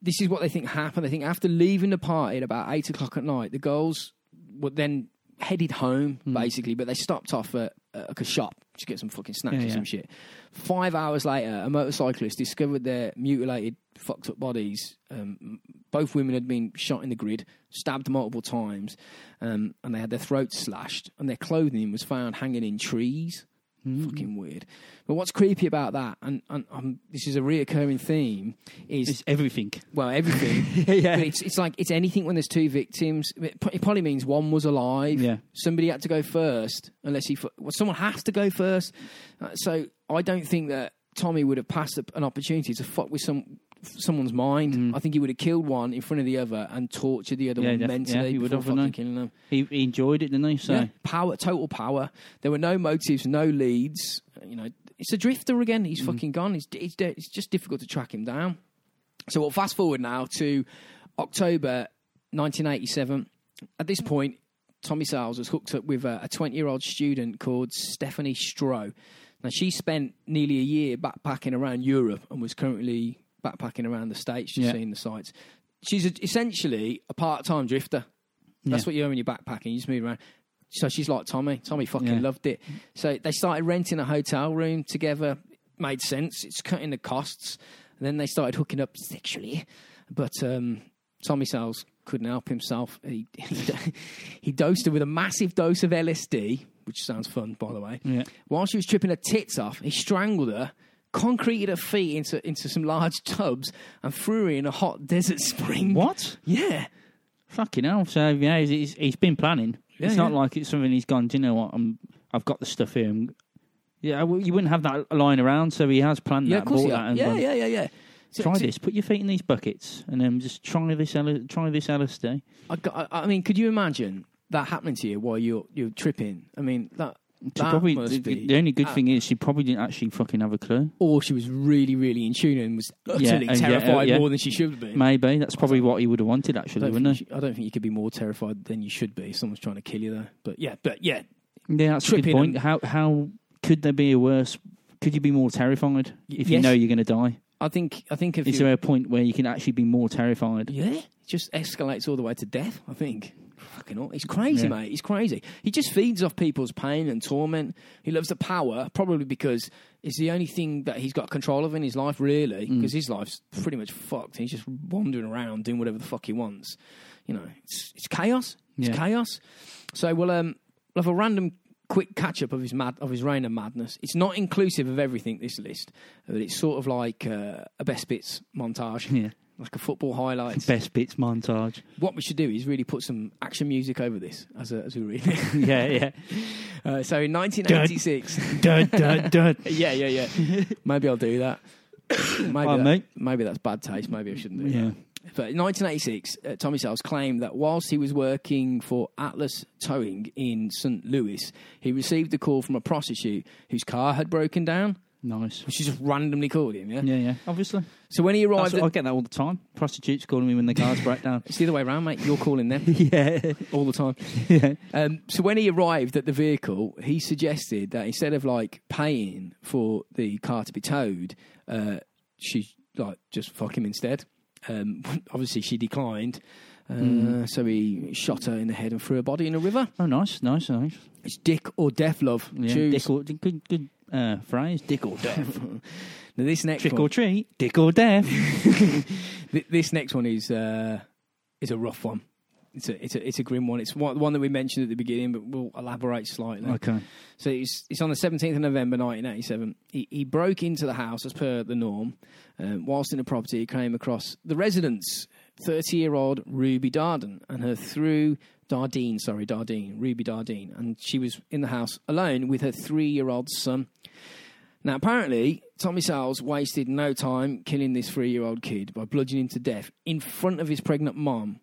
A: This is what they think happened. They think after leaving the party at about eight o'clock at night, the girls were then headed home,
B: Hmm.
A: basically, but they stopped off at, at like a shop to get some fucking snacks
B: Yeah,
A: or
B: yeah.
A: some shit. Five hours later, a motorcyclist discovered their mutilated, fucked up bodies. Um, both women had been shot in the grid, stabbed multiple times, um, and they had their throats slashed, and their clothing was found hanging in trees.
B: Mm-hmm.
A: Fucking weird. But what's creepy about that, and, and um, this is a reoccurring theme, is
B: It's everything.
A: well, everything.
B: yeah.
A: But it's, it's like it's anything when there's two victims. It pro- it probably means one was alive.
B: Yeah.
A: Somebody had to go first, unless he. fu- Well, someone has to go first. Uh, so I don't think that Tommy would have passed up an opportunity to fuck with some someone's mind. I think he would have killed one in front of the other and tortured the other
B: Mm. Yeah,
A: one
B: def- yeah,
A: mentally
B: he would
A: before fucking
B: have, wouldn't he?
A: killing them.
B: He, he enjoyed it, didn't he? So
A: Yeah, power, total power. There were no motives, no leads. Uh, You know, it's a drifter again. He's fucking gone. It's, it's it's just difficult to track him down. So we'll fast forward now to October 1987. At this point, Tommy Sales was hooked up with a a 20 year old student called Stephanie Stroh. Now, she spent nearly a year backpacking around Europe and was currently backpacking around the States, just
B: Yeah.
A: seeing the sights. She's a, essentially a part time drifter. That's
B: Yeah.
A: what you are when you're backpacking. You just move around. So she's like Tommy. Tommy fucking
B: Yeah.
A: loved it. So they started renting a hotel room together. Made sense. It's cutting the costs. And then they started hooking up sexually. But um, Tommy Sales couldn't help himself. He, he, he dosed her with a massive dose of LSD, which sounds fun, by the way.
B: Yeah.
A: While she was tripping her tits off, he strangled her, concreted her feet into, into some large tubs, and threw her in a hot desert spring.
B: What?
A: Yeah.
B: Fucking hell. So, yeah, he's, he's, he's been planning.
A: Yeah,
B: it's not
A: yeah.
B: like it's something he's gone, do you know what? I'm, I've got the stuff here. I'm, yeah, well, you wouldn't have that lying around, so he has planned
A: Yeah,
B: that.
A: of course.
B: bought
A: he
B: that
A: are.
B: and
A: Yeah,
B: gone,
A: yeah, yeah, yeah. So-
B: Try
A: so-
B: this. Put your feet in these buckets, and then just try this. L- try this LSD.
A: I, got- I- I mean, could you imagine that happening to you while you're you're tripping? I mean, that
B: She
A: that
B: probably,
A: must
B: the,
A: be-
B: the only good
A: uh,
B: thing is she probably didn't actually fucking have a clue.
A: or she was really, really in tune and was
B: Yeah,
A: utterly
B: and yeah, uh,
A: terrified
B: yeah.
A: more than she should have been.
B: Maybe that's probably what he would have wanted, actually,
A: don't
B: wouldn't
A: think you- I don't think you could be more terrified than you should be. if Someone's trying to kill you, though. But yeah, but yeah,
B: it? Yeah, that's a good
A: tripping
B: point.
A: and-
B: How how could there be a worse? Could you be more terrified if you
A: yes.
B: know you're going to die?
A: I think I think if
B: Is
A: you,
B: there a point where you can actually be more terrified?
A: yeah, it just escalates all the way to death. I think. Fucking hell. He's crazy,
B: Yeah.
A: mate. He's crazy. He just feeds off people's pain and torment. He loves the power, probably because it's the only thing that he's got control of in his life, really,
B: Mm.
A: because his life's pretty much fucked. He's just wandering around doing whatever the fuck he wants. You know, it's, it's chaos. It's
B: Yeah.
A: chaos. So we'll, um, we'll have a random quick catch up of his mad of his reign of madness. It's not inclusive of everything. This list, but it's sort of like uh, a best bits montage,
B: Yeah.
A: like a football highlights
B: Best bits montage.
A: what we should do is really put some action music over this as, a, as we read it.
B: yeah, yeah.
A: Uh, so in 1986,
B: Dun, dun, dun.
A: yeah, yeah, yeah. Maybe I'll do that. Maybe,
B: Oh,
A: that-
B: mate.
A: maybe that's bad taste. Maybe I shouldn't do
B: Yeah.
A: that. But in 1986, uh, Tommy Sales claimed that whilst he was working for Atlas Towing in St. Louis, he received a call from a prostitute whose car had broken down.
B: Nice.
A: She just randomly called him. Yeah.
B: Yeah, yeah. Obviously,
A: So when he
B: That's-
A: arrived,
B: I
A: at,
B: get that all the time. Prostitutes calling me when the cars break down.
A: it's the other way around, mate. You're calling them.
B: yeah,
A: all the time.
B: yeah.
A: Um, so when he arrived at the vehicle, he suggested that instead of like paying for the car to be towed, uh, she like just fuck him instead. Um, obviously, she declined. Uh,
B: Mm-hmm.
A: So he shot her in the head and threw her body in a river.
B: Oh, nice, nice, nice.
A: It's dick or death, love.
B: Yeah,
A: Choose.
B: dick or, good, good uh, phrase. Dick or death.
A: Now, this next
B: Trick
A: one,
B: or treat. Dick or death.
A: thi- this next one is uh, is a rough one. It's a it's a it's a grim one. It's one, one that we mentioned at the beginning, but we'll elaborate slightly.
B: okay.
A: So it's, it's on the 17th of November 1987. He, he broke into the house as per the norm. Um, whilst in the property, he came across the residence, 30 year old Ruby Darden, and her through Dardine, sorry, Dardine, Ruby Dardine. And she was in the house alone with her three year old son. Now, apparently, Tommy Sales wasted no time killing this three year old kid by bludgeoning him to death in front of his pregnant mom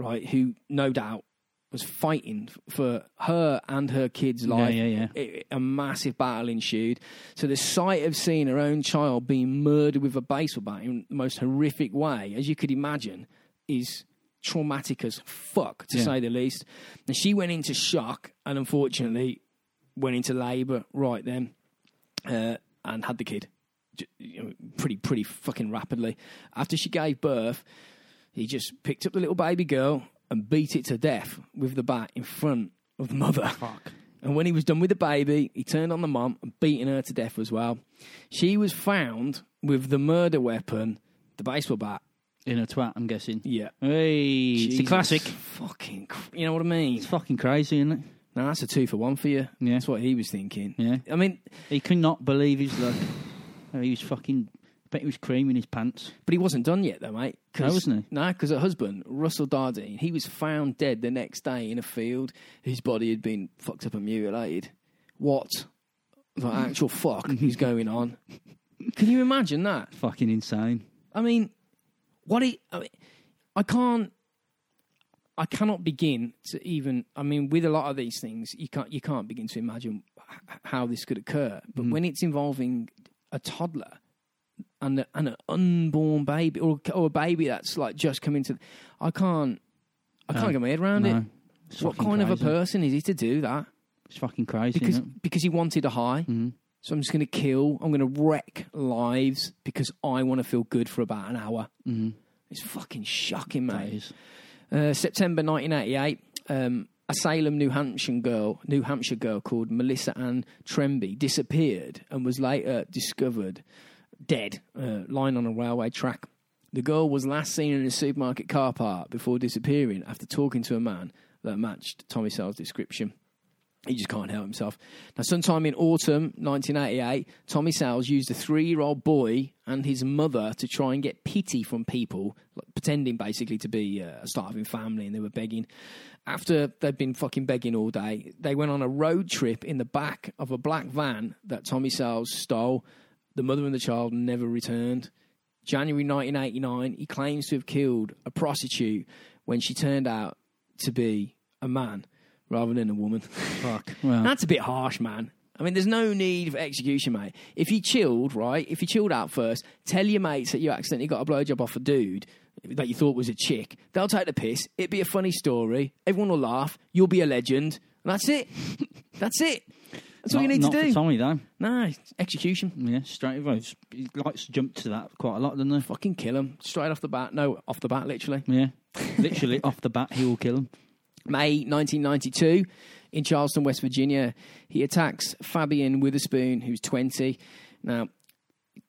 A: right, who no doubt was fighting f- for her and her kids' life.
B: yeah, yeah.
A: It- a massive battle ensued. So the sight of seeing her own child being murdered with a baseball bat in the most horrific way, as you could imagine, is traumatic as fuck, to
B: Yeah.
A: say the least. And she went into shock and unfortunately went into labour right then uh, and had the kid j- you know, pretty pretty fucking rapidly. After she gave birth, he just picked up the little baby girl and beat it to death with the bat in front of mother.
B: Fuck.
A: And when he was done with the baby, he turned on the mum and beaten her to death as well. She was found with the murder weapon, the baseball bat.
B: In a twat, I'm guessing.
A: Yeah.
B: Hey, it's a
A: Jesus
B: classic.
A: Fucking, cr- you know what I mean?
B: It's fucking crazy, isn't it?
A: Now that's a two for one for you.
B: Yeah.
A: That's what he was thinking.
B: Yeah.
A: I mean,
B: He could not believe his luck. Oh, he was fucking. Bet he was creaming his pants.
A: But he wasn't done yet, though, mate.
B: No, wasn't
A: No, because her husband, Russell Dardine, he was found dead the next day in a field. His body had been fucked up and mutilated. What the actual fuck is going on? Can you imagine that?
B: Fucking insane.
A: I mean, what he, I, mean, I can't, I cannot begin to even. I mean, with a lot of these things, you can't you can't begin to imagine h- how this could occur. But
B: Mm.
A: when it's involving a toddler and a, and an unborn baby, or or a baby that's like just coming to, I can't, I can't
B: No.
A: get my head around
B: No.
A: it.
B: It's
A: What
B: fucking
A: kind of a
B: crazy.
A: person is he to do that?
B: It's fucking crazy.
A: because
B: Because isn't
A: because he wanted a high.
B: Mm-hmm.
A: So I'm just going to kill. I'm going to wreck lives because I want to feel good for about an hour.
B: Mhm.
A: It's fucking shocking,
B: it? That
A: mate.
B: is.
A: Uh, September 1988, um, a Salem, New Hampshire girl, New Hampshire girl called Melissa Ann Tremby disappeared and was later discovered dead, uh, lying on a railway track. The girl was last seen in a supermarket car park before disappearing after talking to a man that matched Tommy Sale's description he just can't help himself. Now, sometime in autumn 1988, Tommy Sales used a three year old boy and his mother to try and get pity from people, like, pretending basically to be uh, a starving family and they were begging. After they'd been fucking begging all day, they went on a road trip in the back of a black van that Tommy Sales stole. The mother and the child never returned. January 1989, he claims to have killed a prostitute when she turned out to be a man rather than a woman.
B: Fuck. Well,
A: That's a bit harsh, man. I mean, there's no need for execution, mate. If you chilled, right? If you chilled out first, tell your mates that you accidentally got a blowjob off a dude that you thought was a chick. They'll take the piss. It'd be a funny story. Everyone will laugh. You'll be a legend. And that's it. that's it. That's all you
B: not-
A: need
B: not
A: to
B: for
A: do.
B: Tommy though.
A: nah, execution.
B: Yeah, straight away. It's- He likes to jump to that quite a lot, doesn't he?
A: Fucking kill him straight off the bat. No, off the bat, literally.
B: Yeah. Literally off the bat, he will kill him.
A: May 1992 in Charleston, West Virginia. He attacks Fabian Witherspoon, who's 20. Now,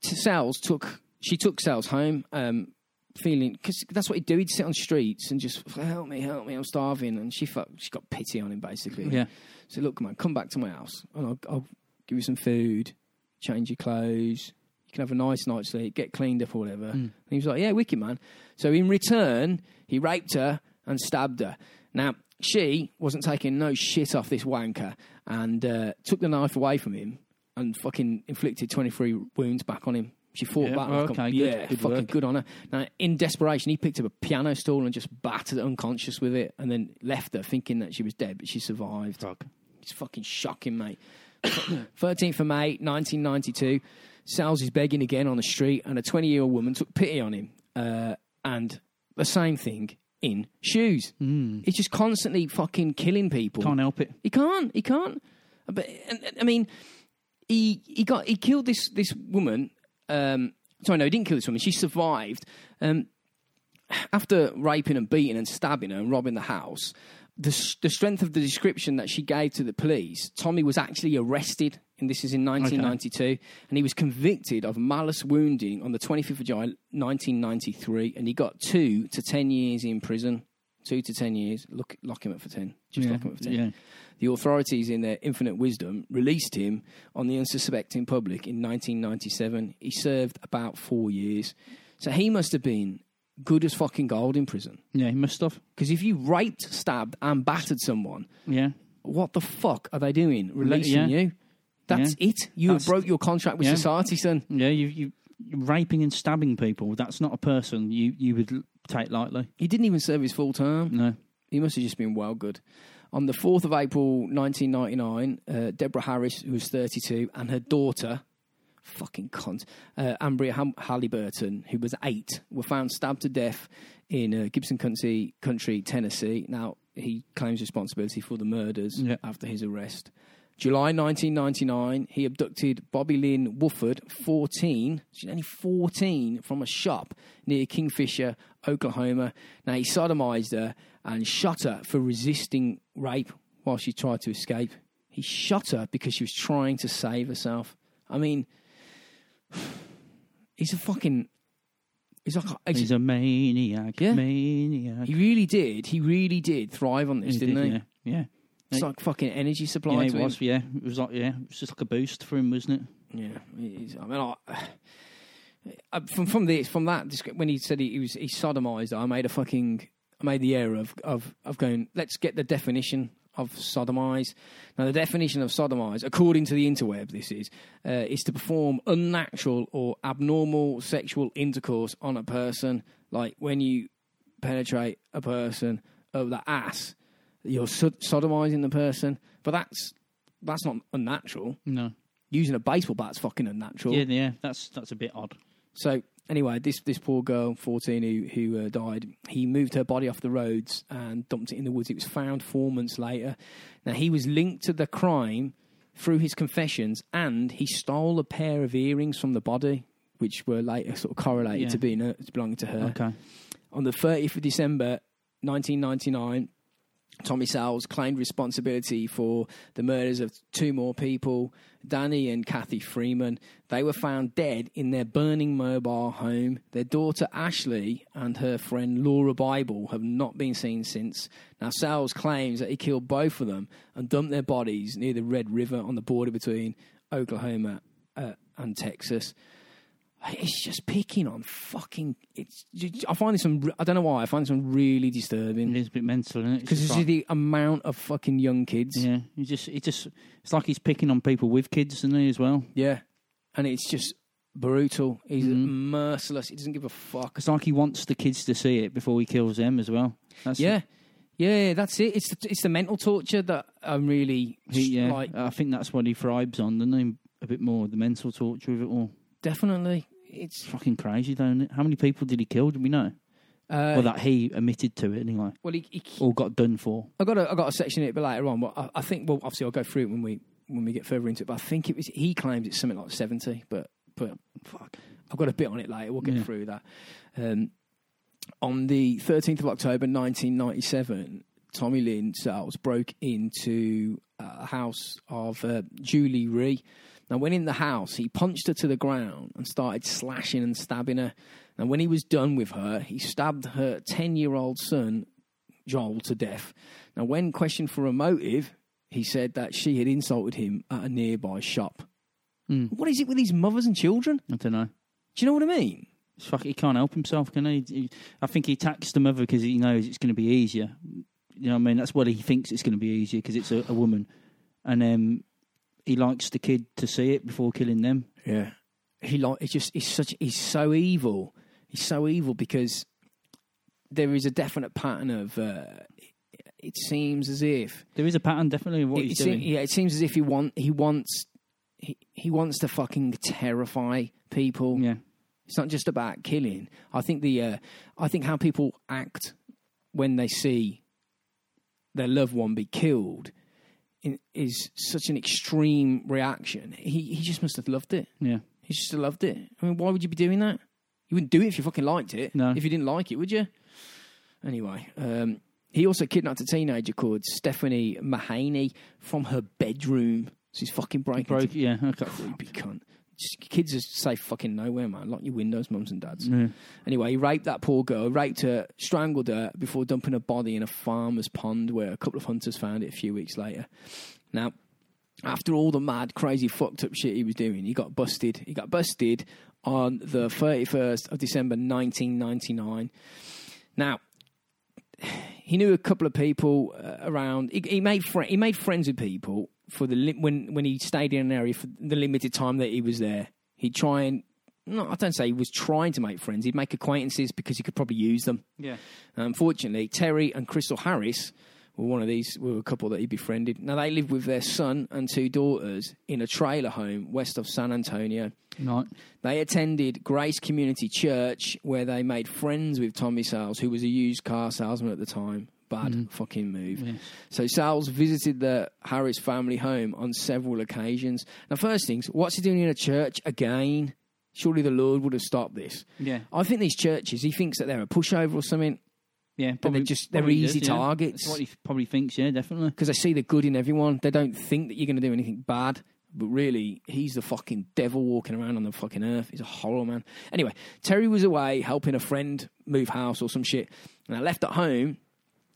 A: t- Sal's took she took Sal's home, um, feeling because that's what he'd do. He'd sit on streets and just help me, help me, I'm starving. And she felt she got pity on him basically.
B: Yeah.
A: So look, man, come back to my house and I'll, I'll give you some food, change your clothes. You can have a nice night's sleep, get cleaned up or whatever.
B: Hmm.
A: And he was like, yeah, wicked, man. So in return, he raped her and stabbed her. Now, she wasn't taking no shit off this wanker and uh, took the knife away from him and fucking inflicted 23 wounds back on him. She fought
B: Yeah,
A: back.
B: well,
A: like a-
B: okay, good,
A: yeah,
B: good
A: fucking
B: work.
A: good on her. Now, in desperation, he picked up a piano stool and just battered her unconscious with it and then left her thinking that she was dead, but she survived.
B: Fuck.
A: It's fucking shocking, mate. 13th of May, 1992. Sales is begging again on the street, and a 20 year old woman took pity on him. Uh, and the same thing in shoes. Mm. He's just constantly fucking killing people.
B: Can't help it.
A: He can't. He can't. But and, and- I mean, he he got he killed this this woman. Um, sorry, no, he didn't kill this woman. She survived. Um, after raping and beating and stabbing her and robbing the house, the, s- the strength of the description that she gave to the police, Tommy was actually arrested, and this is in 1992, and he was convicted of malice wounding on the 25th of July 1993, and he got two to 10 years in prison. Two to 10 years. Look, lock him up for 10. Just
B: Yeah,
A: lock him up for 10.
B: yeah.
A: The authorities, in their infinite wisdom, released him on the unsuspecting public in 1997. He served about four years. So he must have been good as fucking gold in prison.
B: Yeah, he must have.
A: Because if you raped, stabbed, and battered someone,
B: Yeah.
A: what the fuck are they doing? Releasing
B: yeah.
A: you? That's it. You
B: That's-
A: have broke your contract with
B: yeah.
A: society, son.
B: Yeah, you, you raping and stabbing people. That's not a person you you would l- take lightly.
A: He didn't even serve his full term.
B: No.
A: He must have just been well good. On the 4th of April 1999, uh, Deborah Harris, who was 32, and her daughter, fucking cunt, uh, Ambria Ham- Halliburton, who was eight, were found stabbed to death in uh, Gibson County, country, Tennessee. Now, he claims responsibility for the murders
B: Yeah.
A: after his arrest. July 1999, he abducted Bobby Lynn Woodford, 14, she's only 14, from a shop near Kingfisher, Oklahoma. Now, he sodomized her and shot her for resisting rape while she tried to escape. He shot her because she was trying to save herself. I mean, he's a fucking. He's like. a-
B: He's a maniac.
A: Yeah.
B: Maniac.
A: he really did. He really did thrive on this,
B: He
A: didn't
B: did,
A: he?
B: Yeah. yeah.
A: It's like fucking energy supply
B: Yeah,
A: to
B: it
A: him.
B: was. Yeah, it was like yeah, it was just like a boost for him, wasn't it?
A: Yeah, he's, I mean, I, I, from from the from that descri- when he said he, he was he sodomized, I made a fucking I made the error of of of going. Let's get the definition of sodomize. Now, the definition of sodomize, according to the interweb, this is uh, is to perform unnatural or abnormal sexual intercourse on a person, like when you penetrate a person of the ass, you're so- sodomizing the person. But that's that's not unnatural
B: No.
A: using a baseball bat's fucking unnatural.
B: Yeah, yeah, that's that's a bit odd.
A: So anyway, this this poor girl, fourteen, who who uh, died, he moved her body off the roads and dumped it in the woods. It was found four months later. Now he was linked to the crime through his confessions, and he stole a pair of earrings from the body, which were later sort of correlated
B: Yeah.
A: to being her, to belonging to her.
B: Okay.
A: On the 30th of December 1999, Tommy Sowles claimed responsibility for the murders of two more people, Danny and Kathy Freeman. They were found dead in their burning mobile home. Their daughter Ashley and her friend Laura Bible have not been seen since. Now, Sowles claims that he killed both of them and dumped their bodies near the Red River on the border between Oklahoma uh, and Texas it's just picking on fucking. It's. I find this some. I don't know why. I find this one really disturbing
B: It is a bit mental, isn't it? It's
A: because
B: just
A: this is
B: like-
A: the amount of fucking young kids. Yeah.
B: yeah, he just it just it's like he's picking on people with kids, isn't he as well?
A: and it's just brutal. He's
B: Mhm.
A: merciless. He doesn't give a fuck.
B: It's like he wants the kids to see it before he kills them as well. That's
A: Yeah, yeah. That's it. It's the, it's the mental torture that I'm really
B: he, yeah.
A: like.
B: I think that's what he thrives on, doesn't he? A bit more the mental torture of it all.
A: Definitely, it's.
B: It's fucking crazy, though. Isn't it? How many people did he kill? Do we know?
A: Uh,
B: well, that he admitted to it anyway,
A: well, he, he,
B: or got done for.
A: I got a, I got a section in it, but later on, but I, I think. Well, obviously, I'll go through it when we when we get further into it. But I think it was he claims it's something like seventy, but but
B: Fuck.
A: I've got a bit on it later. We'll get
B: Yeah.
A: through that. Um, on the 13th of October 1997, Tommy Lynn Sales broke into a house of uh, Julie Ree. Now, when in the house, he punched her to the ground and started slashing and stabbing her. And when he was done with her, he stabbed her 10 year old son, Joel, to death. Now, when questioned for a motive, he said that she had insulted him at a nearby shop.
B: Mm.
A: What is it with these mothers and children?
B: I don't know.
A: Do you know what I mean?
B: It's fuck, he can't help himself, can he? He- I think he attacks the mother because he knows it's going to be easier. You know what I mean? That's what he thinks it's going to be easier because it's a, a woman. And um, he likes the kid to see it before killing them.
A: Yeah. He like it's just he's such he's so evil. He's so evil because there is a definite pattern of uh, it seems as if
B: There is a pattern, definitely, of what
A: it,
B: he's
A: it
B: doing.
A: seem- yeah, it seems as if he want he wants he, he wants to fucking terrify people.
B: yeah.
A: It's not just about killing. I think the uh, I think how people act when they see their loved one be killed in, is such an extreme reaction. He he just must have loved it.
B: Yeah.
A: He just loved it. I mean, why would you be doing that? You wouldn't do it if you fucking liked it.
B: No.
A: If you didn't like it, would you? Anyway, um, he also kidnapped a teenager called Stephanie Mahaney from her bedroom. So he's fucking breaking.
B: Broke, yeah. Okay.
A: Creepy cunt. Just, kids are safe fucking nowhere, man. Lock your windows, mums and dads.
B: Yeah.
A: Anyway, he raped that poor girl, raped her, strangled her before dumping her body in a farmer's pond where a couple of hunters found it a few weeks later. Now, after all the mad, crazy, fucked up shit he was doing, he got busted. He got busted on the 31st of December 1999. Now, he knew a couple of people uh, around. He, he made fri he made friends with people for the li- when when he stayed in an area for the limited time that he was there. He'd try and no, I don't say he was trying to make friends. He'd make acquaintances because he could probably use them.
B: Yeah.
A: Unfortunately, Terry and Crystal Harris were one of these were a couple that he befriended. Now they lived with their son and two daughters in a trailer home west of San Antonio.
B: Right.
A: They attended Grace Community Church where they made friends with Tommy Sales, who was a used car salesman at the time. Bad fucking move. So Sales visited the Harris family home on several occasions. Now, first things, what's he doing in a church again? Surely the Lord would have stopped this.
B: Yeah.
A: I think these churches, he thinks that they're a pushover or something
B: Yeah.
A: they're just- they're easy
B: yeah.
A: targets.
B: That's what he f- probably thinks. Yeah, definitely.
A: because they see the good in everyone. They don't think that you're going to do anything bad. But really, he's the fucking devil walking around on the fucking earth. He's a horror man. Anyway, Terry was away helping a friend move house or some shit. And I left at home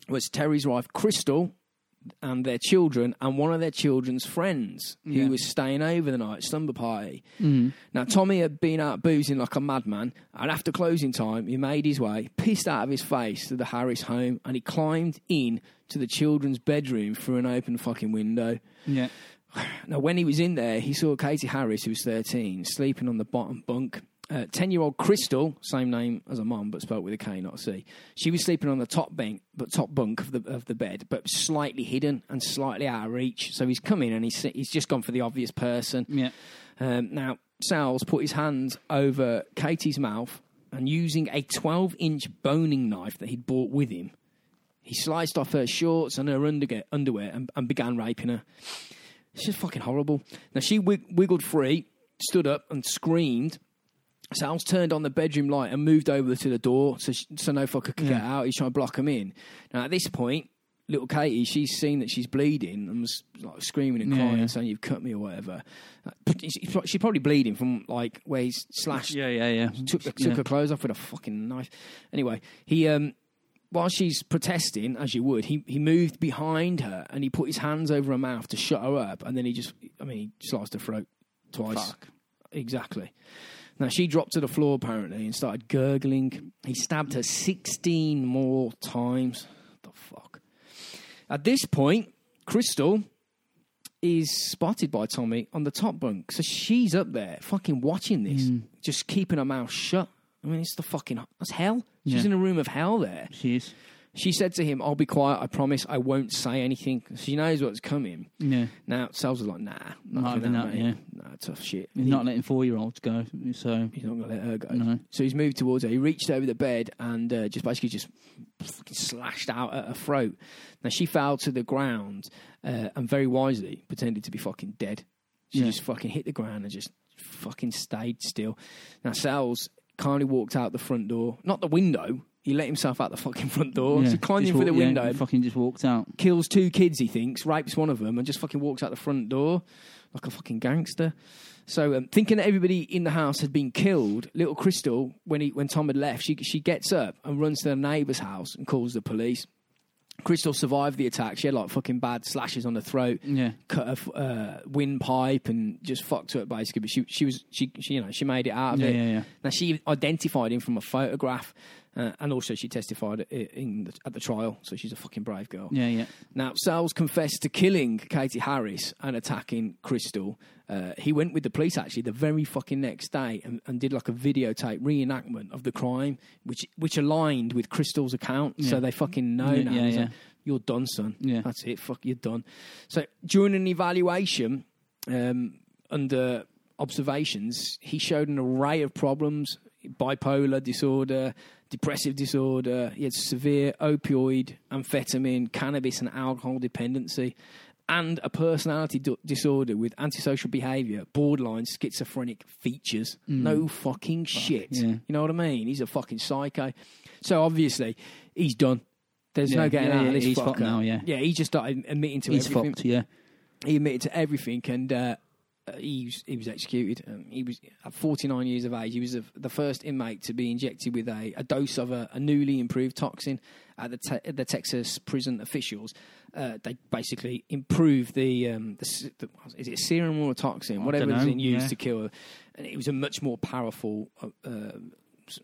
A: was Terry's wife, Crystal, and their children, and one of their children's friends who
B: Yeah.
A: was staying over the night, slumber party. Now, Tommy had been out boozing like a madman, and after closing time, he made his way, pissed out of his face, to the Harris home, and he climbed in to the children's bedroom through an open fucking window.
B: Yeah.
A: Now, when he was in there, he saw Katie Harris, who was 13, sleeping on the bottom bunk. 10 year old Crystal, same name as her mum, but spelled with a K, not a C. She was sleeping on the top bunk, but top bunk of the, of the bed, but slightly hidden and slightly out of reach. So he's come in and he's, he's just gone for the obvious person.
B: Yeah.
A: Um, now, Sal's put his hands over Katie's mouth and using a 12 inch boning knife that he'd brought with him, he sliced off her shorts and her underge- underwear and, and began raping her. It's just fucking horrible. Now, she wig- wiggled free, stood up, and screamed. Sal's turned on the bedroom light and moved over to the door so, sh so no fucker could get out. He's trying to block him in. Now, at this point, little Katie, she's seen that she's bleeding and was like screaming and
B: Yeah,
A: crying
B: yeah.
A: and saying, You've cut me or whatever. Like, she's- She's probably bleeding from like where he's slashed
B: Yeah. Yeah. Yeah.
A: took took
B: Yeah.
A: her clothes off with a fucking knife. Anyway, he um, while she's protesting as you would, he he moved behind her and he put his hands over her mouth to shut her up, and then he just, I mean, he sliced her throat twice.
B: Fuck.
A: Exactly. Now she dropped to the floor apparently and started gurgling. He stabbed her sixteen more times. The fuck. At this point, Crystal is spotted by Tommy on the top bunk. So she's up there fucking watching this,
B: Mm.
A: just keeping her mouth shut. I mean, it's the fucking, that's hell. She's
B: Yeah.
A: in a room of hell there.
B: She is.
A: She said to him, I'll be quiet, I promise, I won't say anything. She knows what's coming.
B: Yeah.
A: Now, Sal's was like, nah,
B: Not
A: not, doing
B: having
A: that,
B: that,
A: mate.
B: yeah.
A: Nah, tough shit.
B: He's not letting four-year-olds go. So.
A: He's not going to let her go.
B: No.
A: So he's moved towards her. He reached over the bed and uh, just basically just fucking slashed out at her throat. Now she fell to the ground uh, and very wisely pretended to be fucking dead. She
B: Yeah.
A: just fucking hit the ground and just fucking stayed still. Now Sal's kindly walked out the front door, not the window. He let himself out the fucking front door.
B: yeah,
A: So he climbed
B: just
A: in through the
B: walk- yeah,
A: window,
B: he fucking just walked out.
A: kills two kids, he thinks, rapes one of them, and just fucking walks out the front door like a fucking gangster. So, um, thinking that everybody in the house had been killed, little Crystal, when he when Tom had left, she she gets up and runs to the neighbour's house and calls the police. Crystal survived the attack. She had like fucking bad slashes on her throat,
B: Yeah.
A: cut her f- uh, windpipe, and just fucked her up basically. But she she was she, she you know she made it out of
B: Yeah,
A: it.
B: yeah, yeah.
A: Now she identified him from a photograph, uh, and also she testified i- in the, at the trial. So she's a fucking brave girl.
B: Yeah, yeah.
A: Now, Sales confessed to killing Katie Harris and attacking Crystal. Uh, he went with the police actually the very fucking next day and, and did like a videotape reenactment of the crime, which which aligned with Crystal's account. So
B: Yeah.
A: they fucking know
B: Yeah,
A: now.
B: yeah,
A: He's like,
B: yeah.
A: you're done, son.
B: Yeah.
A: That's it. Fuck, you're done. So during an evaluation um, under observations, he showed an array of problems bipolar disorder, depressive disorder. He had severe opioid, amphetamine, cannabis, and alcohol dependency. And a personality d- disorder with antisocial behavior, borderline schizophrenic features. No fucking shit.
B: Mm. yeah.
A: You know what I mean? He's a fucking psycho. So obviously, he's done. There's
B: Yeah,
A: no getting
B: yeah,
A: out
B: yeah,
A: of this
B: he's
A: fucker.
B: fucked now, yeah.
A: yeah, he just started admitting to
B: He's
A: everything.
B: fucked. Yeah.
A: He admitted to everything, and uh, uh, he was, he was executed. Um, he was at 49 years of age. He was the the first inmate to be injected with a, a dose of a, a newly improved toxin. At the te- the Texas prison officials, uh, they basically improved the, um, the s- the is it a serum or a toxin, whatever
B: dunno,
A: was in used
B: yeah.
A: to kill her, and it was a much more powerful. Uh, uh,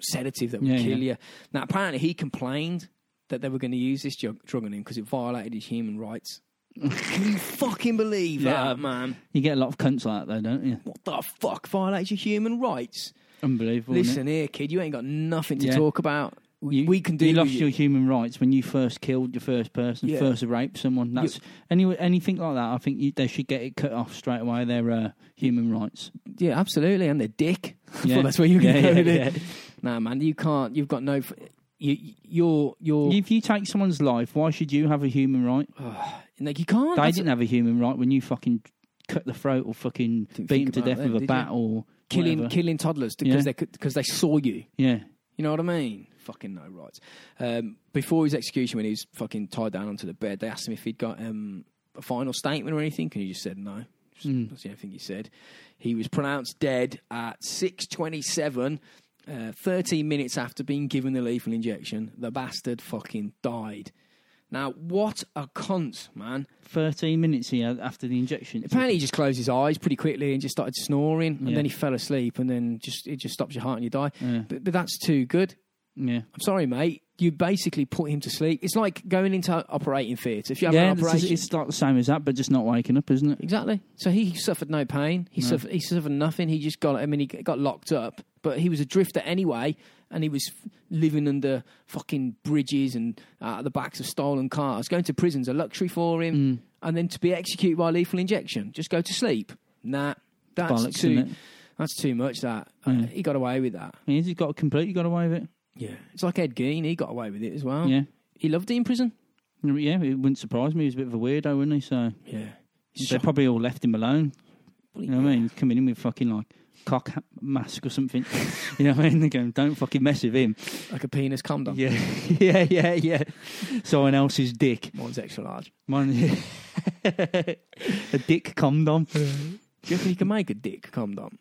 A: sedative that would
B: Yeah,
A: kill
B: yeah.
A: you. Now, apparently, he complained that they were going to use this drug, drug on him because it violated his human rights. Can you fucking believe
B: Yeah.
A: that, man?
B: You get a lot of cunts like that, though, don't you?
A: What the fuck violates your human rights?
B: Unbelievable. isn't it?
A: Listen here, kid, you ain't got nothing to
B: Yeah.
A: talk about. We-
B: You-
A: we can do
B: you
A: with
B: lost
A: you.
B: your human rights when you first killed your first person,
A: Yeah.
B: first raped someone. That's any anything like that. I think you, they should get it cut off straight away. Their uh, human rights.
A: Yeah, absolutely. And the dick.
B: Yeah.
A: well, that's where you're going
B: Yeah,
A: to go
B: yeah,
A: with it.
B: yeah.
A: Nah, man, you can't. You've got no. f- You, you're you're
B: If you take someone's life, why should you have a human right?
A: like you can't.
B: they
A: That's-
B: didn't have a human right when you fucking cut the throat or fucking
A: Didn't
B: beat
A: think
B: them to
A: about
B: death
A: them, did
B: with a
A: you?
B: bat or
A: killing
B: whatever.
A: killing toddlers
B: Yeah.
A: because they because they saw you.
B: Yeah,
A: You know what I mean? Fucking no rights. Um, before his execution, when he was fucking tied down onto the bed, they asked him if he'd got um, a final statement or anything, and he just said no. Just-
B: Mm.
A: That's the only thing he said. He was pronounced dead at 6:27, uh, 13 minutes after being given the lethal injection. The bastard fucking died. Now, what a cunt, man!
B: thirteen minutes he had after the injection.
A: Apparently, he just closed his eyes pretty quickly and just started snoring, and
B: Yeah.
A: then he fell asleep, and then just it just stops your heart and you die.
B: Yeah.
A: But, but that's too good.
B: yeah,
A: I'm sorry, mate. You basically put him to sleep. It's like going into operating theatre. If you have
B: yeah.
A: an
B: this is-
A: operation,
B: it's like the same as that, but just not waking up, isn't it?
A: exactly. So he suffered no pain. He
B: No.
A: suffered. He suffered nothing. He just got. I mean, he got locked up, but he was a drifter anyway, and he was f- living under fucking bridges and uh, at the backs of stolen cars. Going to prison's a luxury for him,
B: Mm.
A: and then to be executed by lethal injection. Just go to sleep. Nah, that's
B: Bollocks,
A: too.
B: isn't it? Mm.
A: That's too much. That Uh,
B: Yeah.
A: he got away with that.
B: He's he's got completely got away with it.
A: Yeah, it's like Ed Gein. He got away with it as well.
B: Yeah.
A: He loved it in prison.
B: Yeah, it wouldn't surprise me. He was a bit of a weirdo, wouldn't he? So
A: Yeah.
B: they probably all left him alone. You know what I mean? He's coming in with fucking like cock ha- mask or something. you know what I mean? They're going, don't fucking mess with him.
A: Like a penis condom.
B: Yeah, yeah, yeah, yeah. Someone else's dick.
A: Mine's extra large.
B: Mine, a dick condom.
A: Do you reckon you can make a dick condom?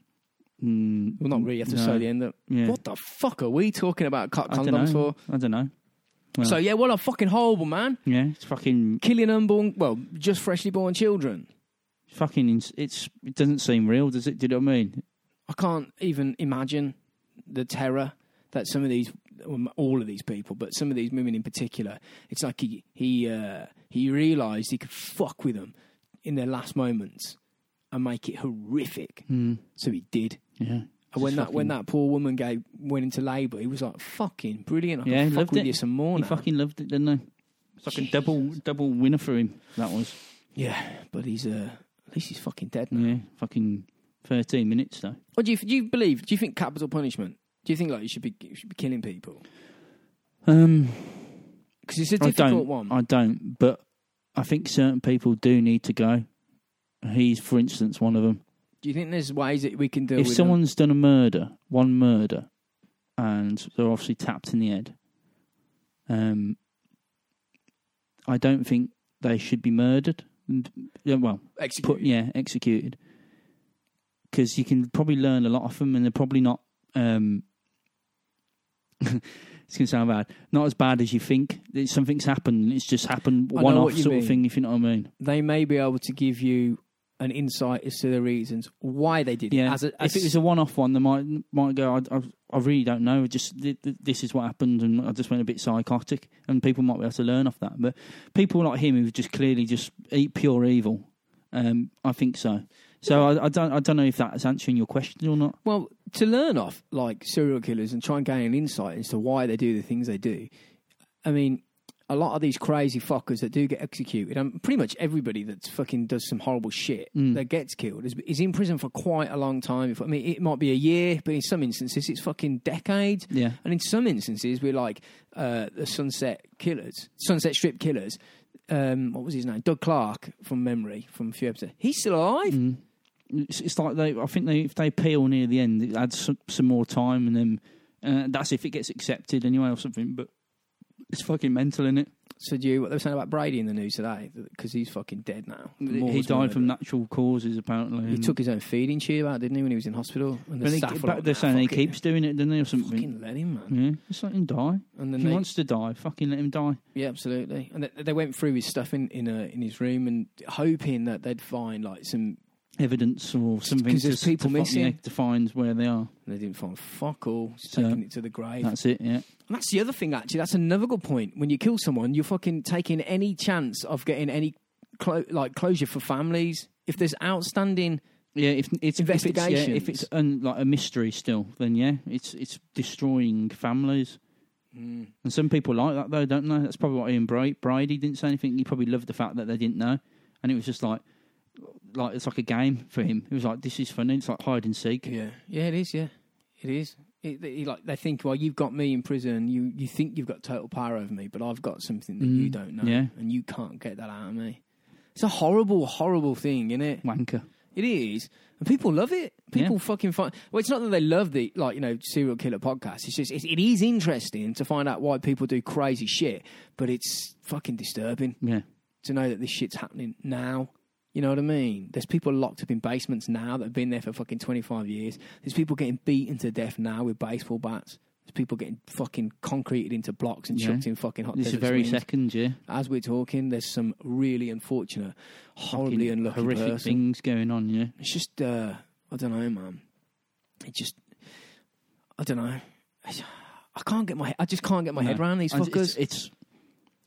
B: Mm,
A: Well, not really. You have to
B: no.
A: sew the end up.
B: Yeah.
A: What the fuck are we talking about cock
B: I dunno.
A: condoms for?
B: I don't know. Well.
A: So, yeah, what a fucking horrible man.
B: Yeah, it's fucking,
A: Killing unborn, well, just freshly born children.
B: fucking. ins- It's it doesn't seem real, does it? Do you know what I mean?
A: I can't even imagine the terror that some of these, um, all of these people, but some of these women in particular, it's like he he uh, he realised he could fuck with them in their last moments and make it horrific.
B: Mm.
A: So he did.
B: Yeah.
A: And when
B: Just
A: that
B: fucking-
A: when that poor woman gave went into labour, he was like, "Fucking brilliant! I can
B: Yeah, he
A: fuck
B: loved
A: with
B: it.
A: you some more
B: He
A: now."
B: fucking loved it, didn't he? It's like a double double winner for him. That was
A: yeah, but he's uh, at least he's fucking dead now.
B: yeah, fucking thirteen minutes though.
A: What do you do? You believe? Do you think capital punishment? Do you think like you should be you should be killing people?
B: Um,
A: Because it's a
B: I
A: difficult
B: don't.
A: one.
B: I don't. But I think certain people do need to go. He's, for instance, one of them.
A: do you think there's ways that we can deal
B: if
A: with
B: someone's done a murder, one murder, and they're obviously tapped in the head, um, I don't think they should be murdered. And, yeah, well,
A: them? Execute.
B: put yeah, executed. Because you can probably learn a lot of them, and they're probably not. Um, it's gonna sound bad. Not as bad as you think. It's- Something's happened. It's just happened
A: I know
B: one off
A: what you
B: sort
A: mean.
B: of thing. If you know what I mean.
A: They may be able to give you an insight as to the reasons why they did
B: Yeah.
A: it. As a, as
B: if it was a one-off one, they might might go. I, I, I really don't know. It Just th- th- this is what happened, and I just went a bit psychotic. And people might be able to learn off that. But people like him, who just clearly just eat pure evil, um, I think so. So I, I don't I don't know if that's answering your question or not.
A: Well, to learn off like serial killers and try and gain an insight as to why they do the things they do. I mean, a lot of these crazy fuckers that do get executed, and pretty much everybody that's fucking does some horrible shit that gets killed is, is in prison for quite a long time. If- I mean, it might be a year, but in some instances, it's fucking decades.
B: Yeah.
A: And in some instances, we're like uh, the Sunset Killers, Sunset Strip Killers. Um, what was his name? Doug Clark, from memory, from a few episodes. He's still alive.
B: It's, it's like they. I think they if they peel near the end, it adds some, some more time, and then uh, that's if it gets accepted anyway or something. But it's fucking mental, is it?
A: So do you what they were saying about Brady in the news today? Because he's fucking dead now. Moore
B: He
A: was
B: died
A: murdered.
B: from natural causes apparently.
A: He
B: and-
A: took his own feeding tube out, didn't he, when he was in hospital? And the
B: But they,
A: staff were
B: but
A: like,
B: they're
A: "Nah,
B: saying he
A: fuck it.
B: keeps doing it, don't they, or something?
A: Fucking let him, man.
B: Yeah, just let him die.
A: And
B: If
A: then
B: Hmm. he
A: they,
B: wants to die, fucking let him die.
A: yeah, absolutely. And they, they went through his stuff in in, uh, in his room and hoping that they'd find like some.
B: Evidence or something.
A: 'cause there's
B: to,
A: people
B: to, fi-
A: missing.
B: yeah, to find where they are.
A: They didn't find fuck all. Just
B: So-
A: taking it to the grave.
B: That's it. Yeah,
A: And that's the other thing, actually. That's another good point. When you kill someone, you're fucking taking any chance of getting any clo- like closure for families. If there's outstanding
B: Yeah, if it's if it's- yeah,
A: Investigations.
B: if it's un, like a mystery still, then yeah, it's it's destroying families.
A: Mm.
B: And some people like that though, don't they? That's probably what Ian Bra- Brady didn't say anything. He probably loved the fact that they didn't know, and it was just like, like it's like a game for him. It was like this is funny. It's like hide and seek.
A: Yeah, yeah, it is. Yeah, it is. It, they, like they think, well, you've got me in prison. You you think you've got total power over me, but I've got something that you
B: Mm,
A: don't know,
B: yeah.
A: and you can't get that out of me. It's a horrible, horrible thing, isn't it?
B: Wanker.
A: It is, and people love it.
B: Yeah.
A: People fucking find. Well, it's not that they love the like you know serial killer podcasts. It's just it, it is interesting to find out why people do crazy shit, but it's fucking disturbing
B: Yeah.
A: to know that this shit's happening now. You know what I mean? There's people locked up in basements now that have been there for fucking 25 years. There's people getting beaten to death now with baseball bats. There's people getting fucking concreted into blocks and
B: Yeah.
A: chucked in fucking hot
B: This is
A: desert
B: very
A: swings.
B: second, yeah.
A: As we're talking, there's some really unfortunate, horribly
B: Fucking
A: unlucky
B: horrific
A: person.
B: things going on, yeah.
A: It's just, uh, I don't know, man. It just, I don't know. I can't get my, I just can't get my head
B: No.
A: around these
B: And
A: fuckers.
B: It's, it's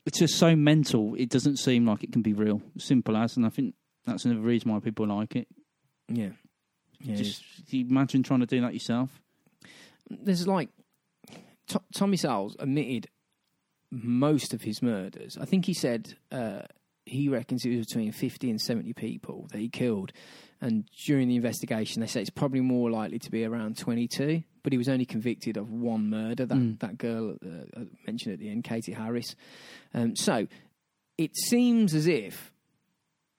B: it's just so mental. It doesn't seem like it can be real. Simple as, and I think that's another reason why people like it.
A: yeah. yeah. it's-
B: Just imagine trying to do that yourself.
A: there's like To- Tommy Sowles admitted most of his murders. I think he said uh, he reckons it was between 50 and 70 people that he killed. And during the investigation, they say it's probably more likely to be around 22. But he was only convicted of one murder that
B: Mm.
A: that girl uh, uh, mentioned at the end, Katie Harris. Um, so it seems as if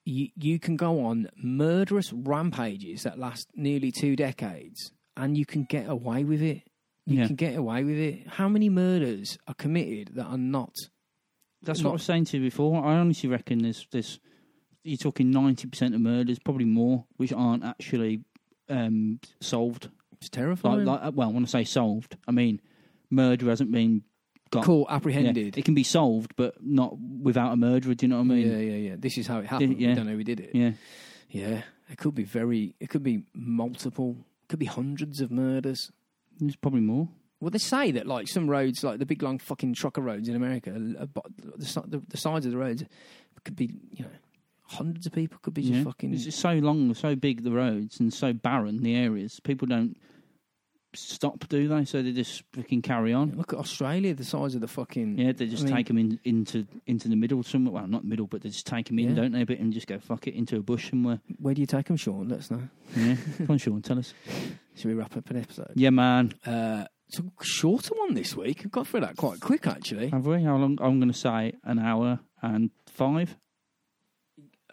A: you, you can go on murderous rampages that last nearly two decades and you can get away with it. You
B: Yeah.
A: can get away with it. How many murders are committed that are not?
B: That's
A: Not-
B: what I was saying to you before. I honestly reckon there's this. You're talking ninety percent of murders, probably more, which aren't actually um, solved.
A: It's
B: Like,
A: terrifying.
B: like, well, when I say solved, I mean murder hasn't been got
A: Caught,
B: yeah.
A: apprehended.
B: It can be solved, but not without a murderer. Do you know what I mean?
A: yeah, yeah, yeah. This is how it happened.
B: yeah.
A: We don't know who did it.
B: yeah.
A: Yeah. It could be very, it could be multiple, it could be hundreds of murders.
B: There's probably more.
A: Well, they say that like some roads, like the big long fucking trucker roads in America, are- are bo- the, si- the, the sides of the roads could be, you know, hundreds of people could be just
B: Yeah.
A: fucking.
B: It's just so long, so big the roads, and so barren the areas. People don't stop, do they? So they just fucking carry on.
A: Look at Australia, the size of the fucking.
B: Yeah, they just
A: I mean-
B: take 'em take them in, into into the middle somewhere. Well, not middle, but they just take them in,
A: Yeah.
B: don't they? A bit and just go fuck it into a bush somewhere.
A: Where do you take them, Sean? Let us know.
B: Yeah, come on, Sean, tell us.
A: Should we wrap up an episode?
B: Yeah, man.
A: Uh, it's a shorter one this week. I got through that quite quick, actually.
B: Have we? How long? I'm going to say an hour and five.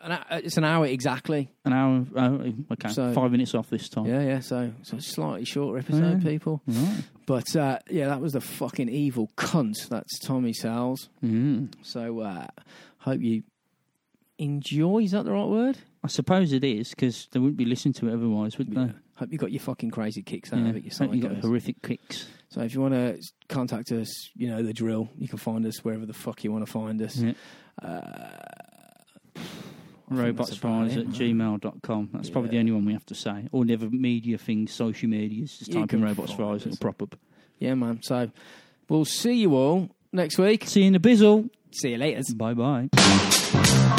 A: An, hou- it's an hour exactly.
B: An hour. Oh, okay,
A: So-
B: five minutes off this time.
A: Yeah, yeah. So, so slightly shorter episode,
B: Oh. Yeah.
A: people.
B: Right.
A: But uh, yeah, that was the fucking evil cunt. That's Tommy Sowles.
B: Mm.
A: So, uh, hope you enjoy. Is that the right word?
B: I suppose it is because they wouldn't be listening to it otherwise, would they?
A: Hope you got your fucking crazy kicks out
B: Yeah.
A: of it. You
B: Hope you got
A: psychos.
B: horrific kicks.
A: So if you want to contact us, you know the drill. You can find us wherever the fuck you want to find us.
B: Yeah.
A: Uh, I think that's about
B: robotsfries
A: it,
B: at
A: man.
B: gmail.com. That's probably the
A: Yeah.
B: only one we have to say. All the other media things, social medias, just
A: You
B: type in
A: can
B: robots
A: find
B: fries,
A: us.
B: it'll prop up.
A: Yeah, man. So we'll see you all next week.
B: See you in the bizzle.
A: See you later.
B: Bye bye.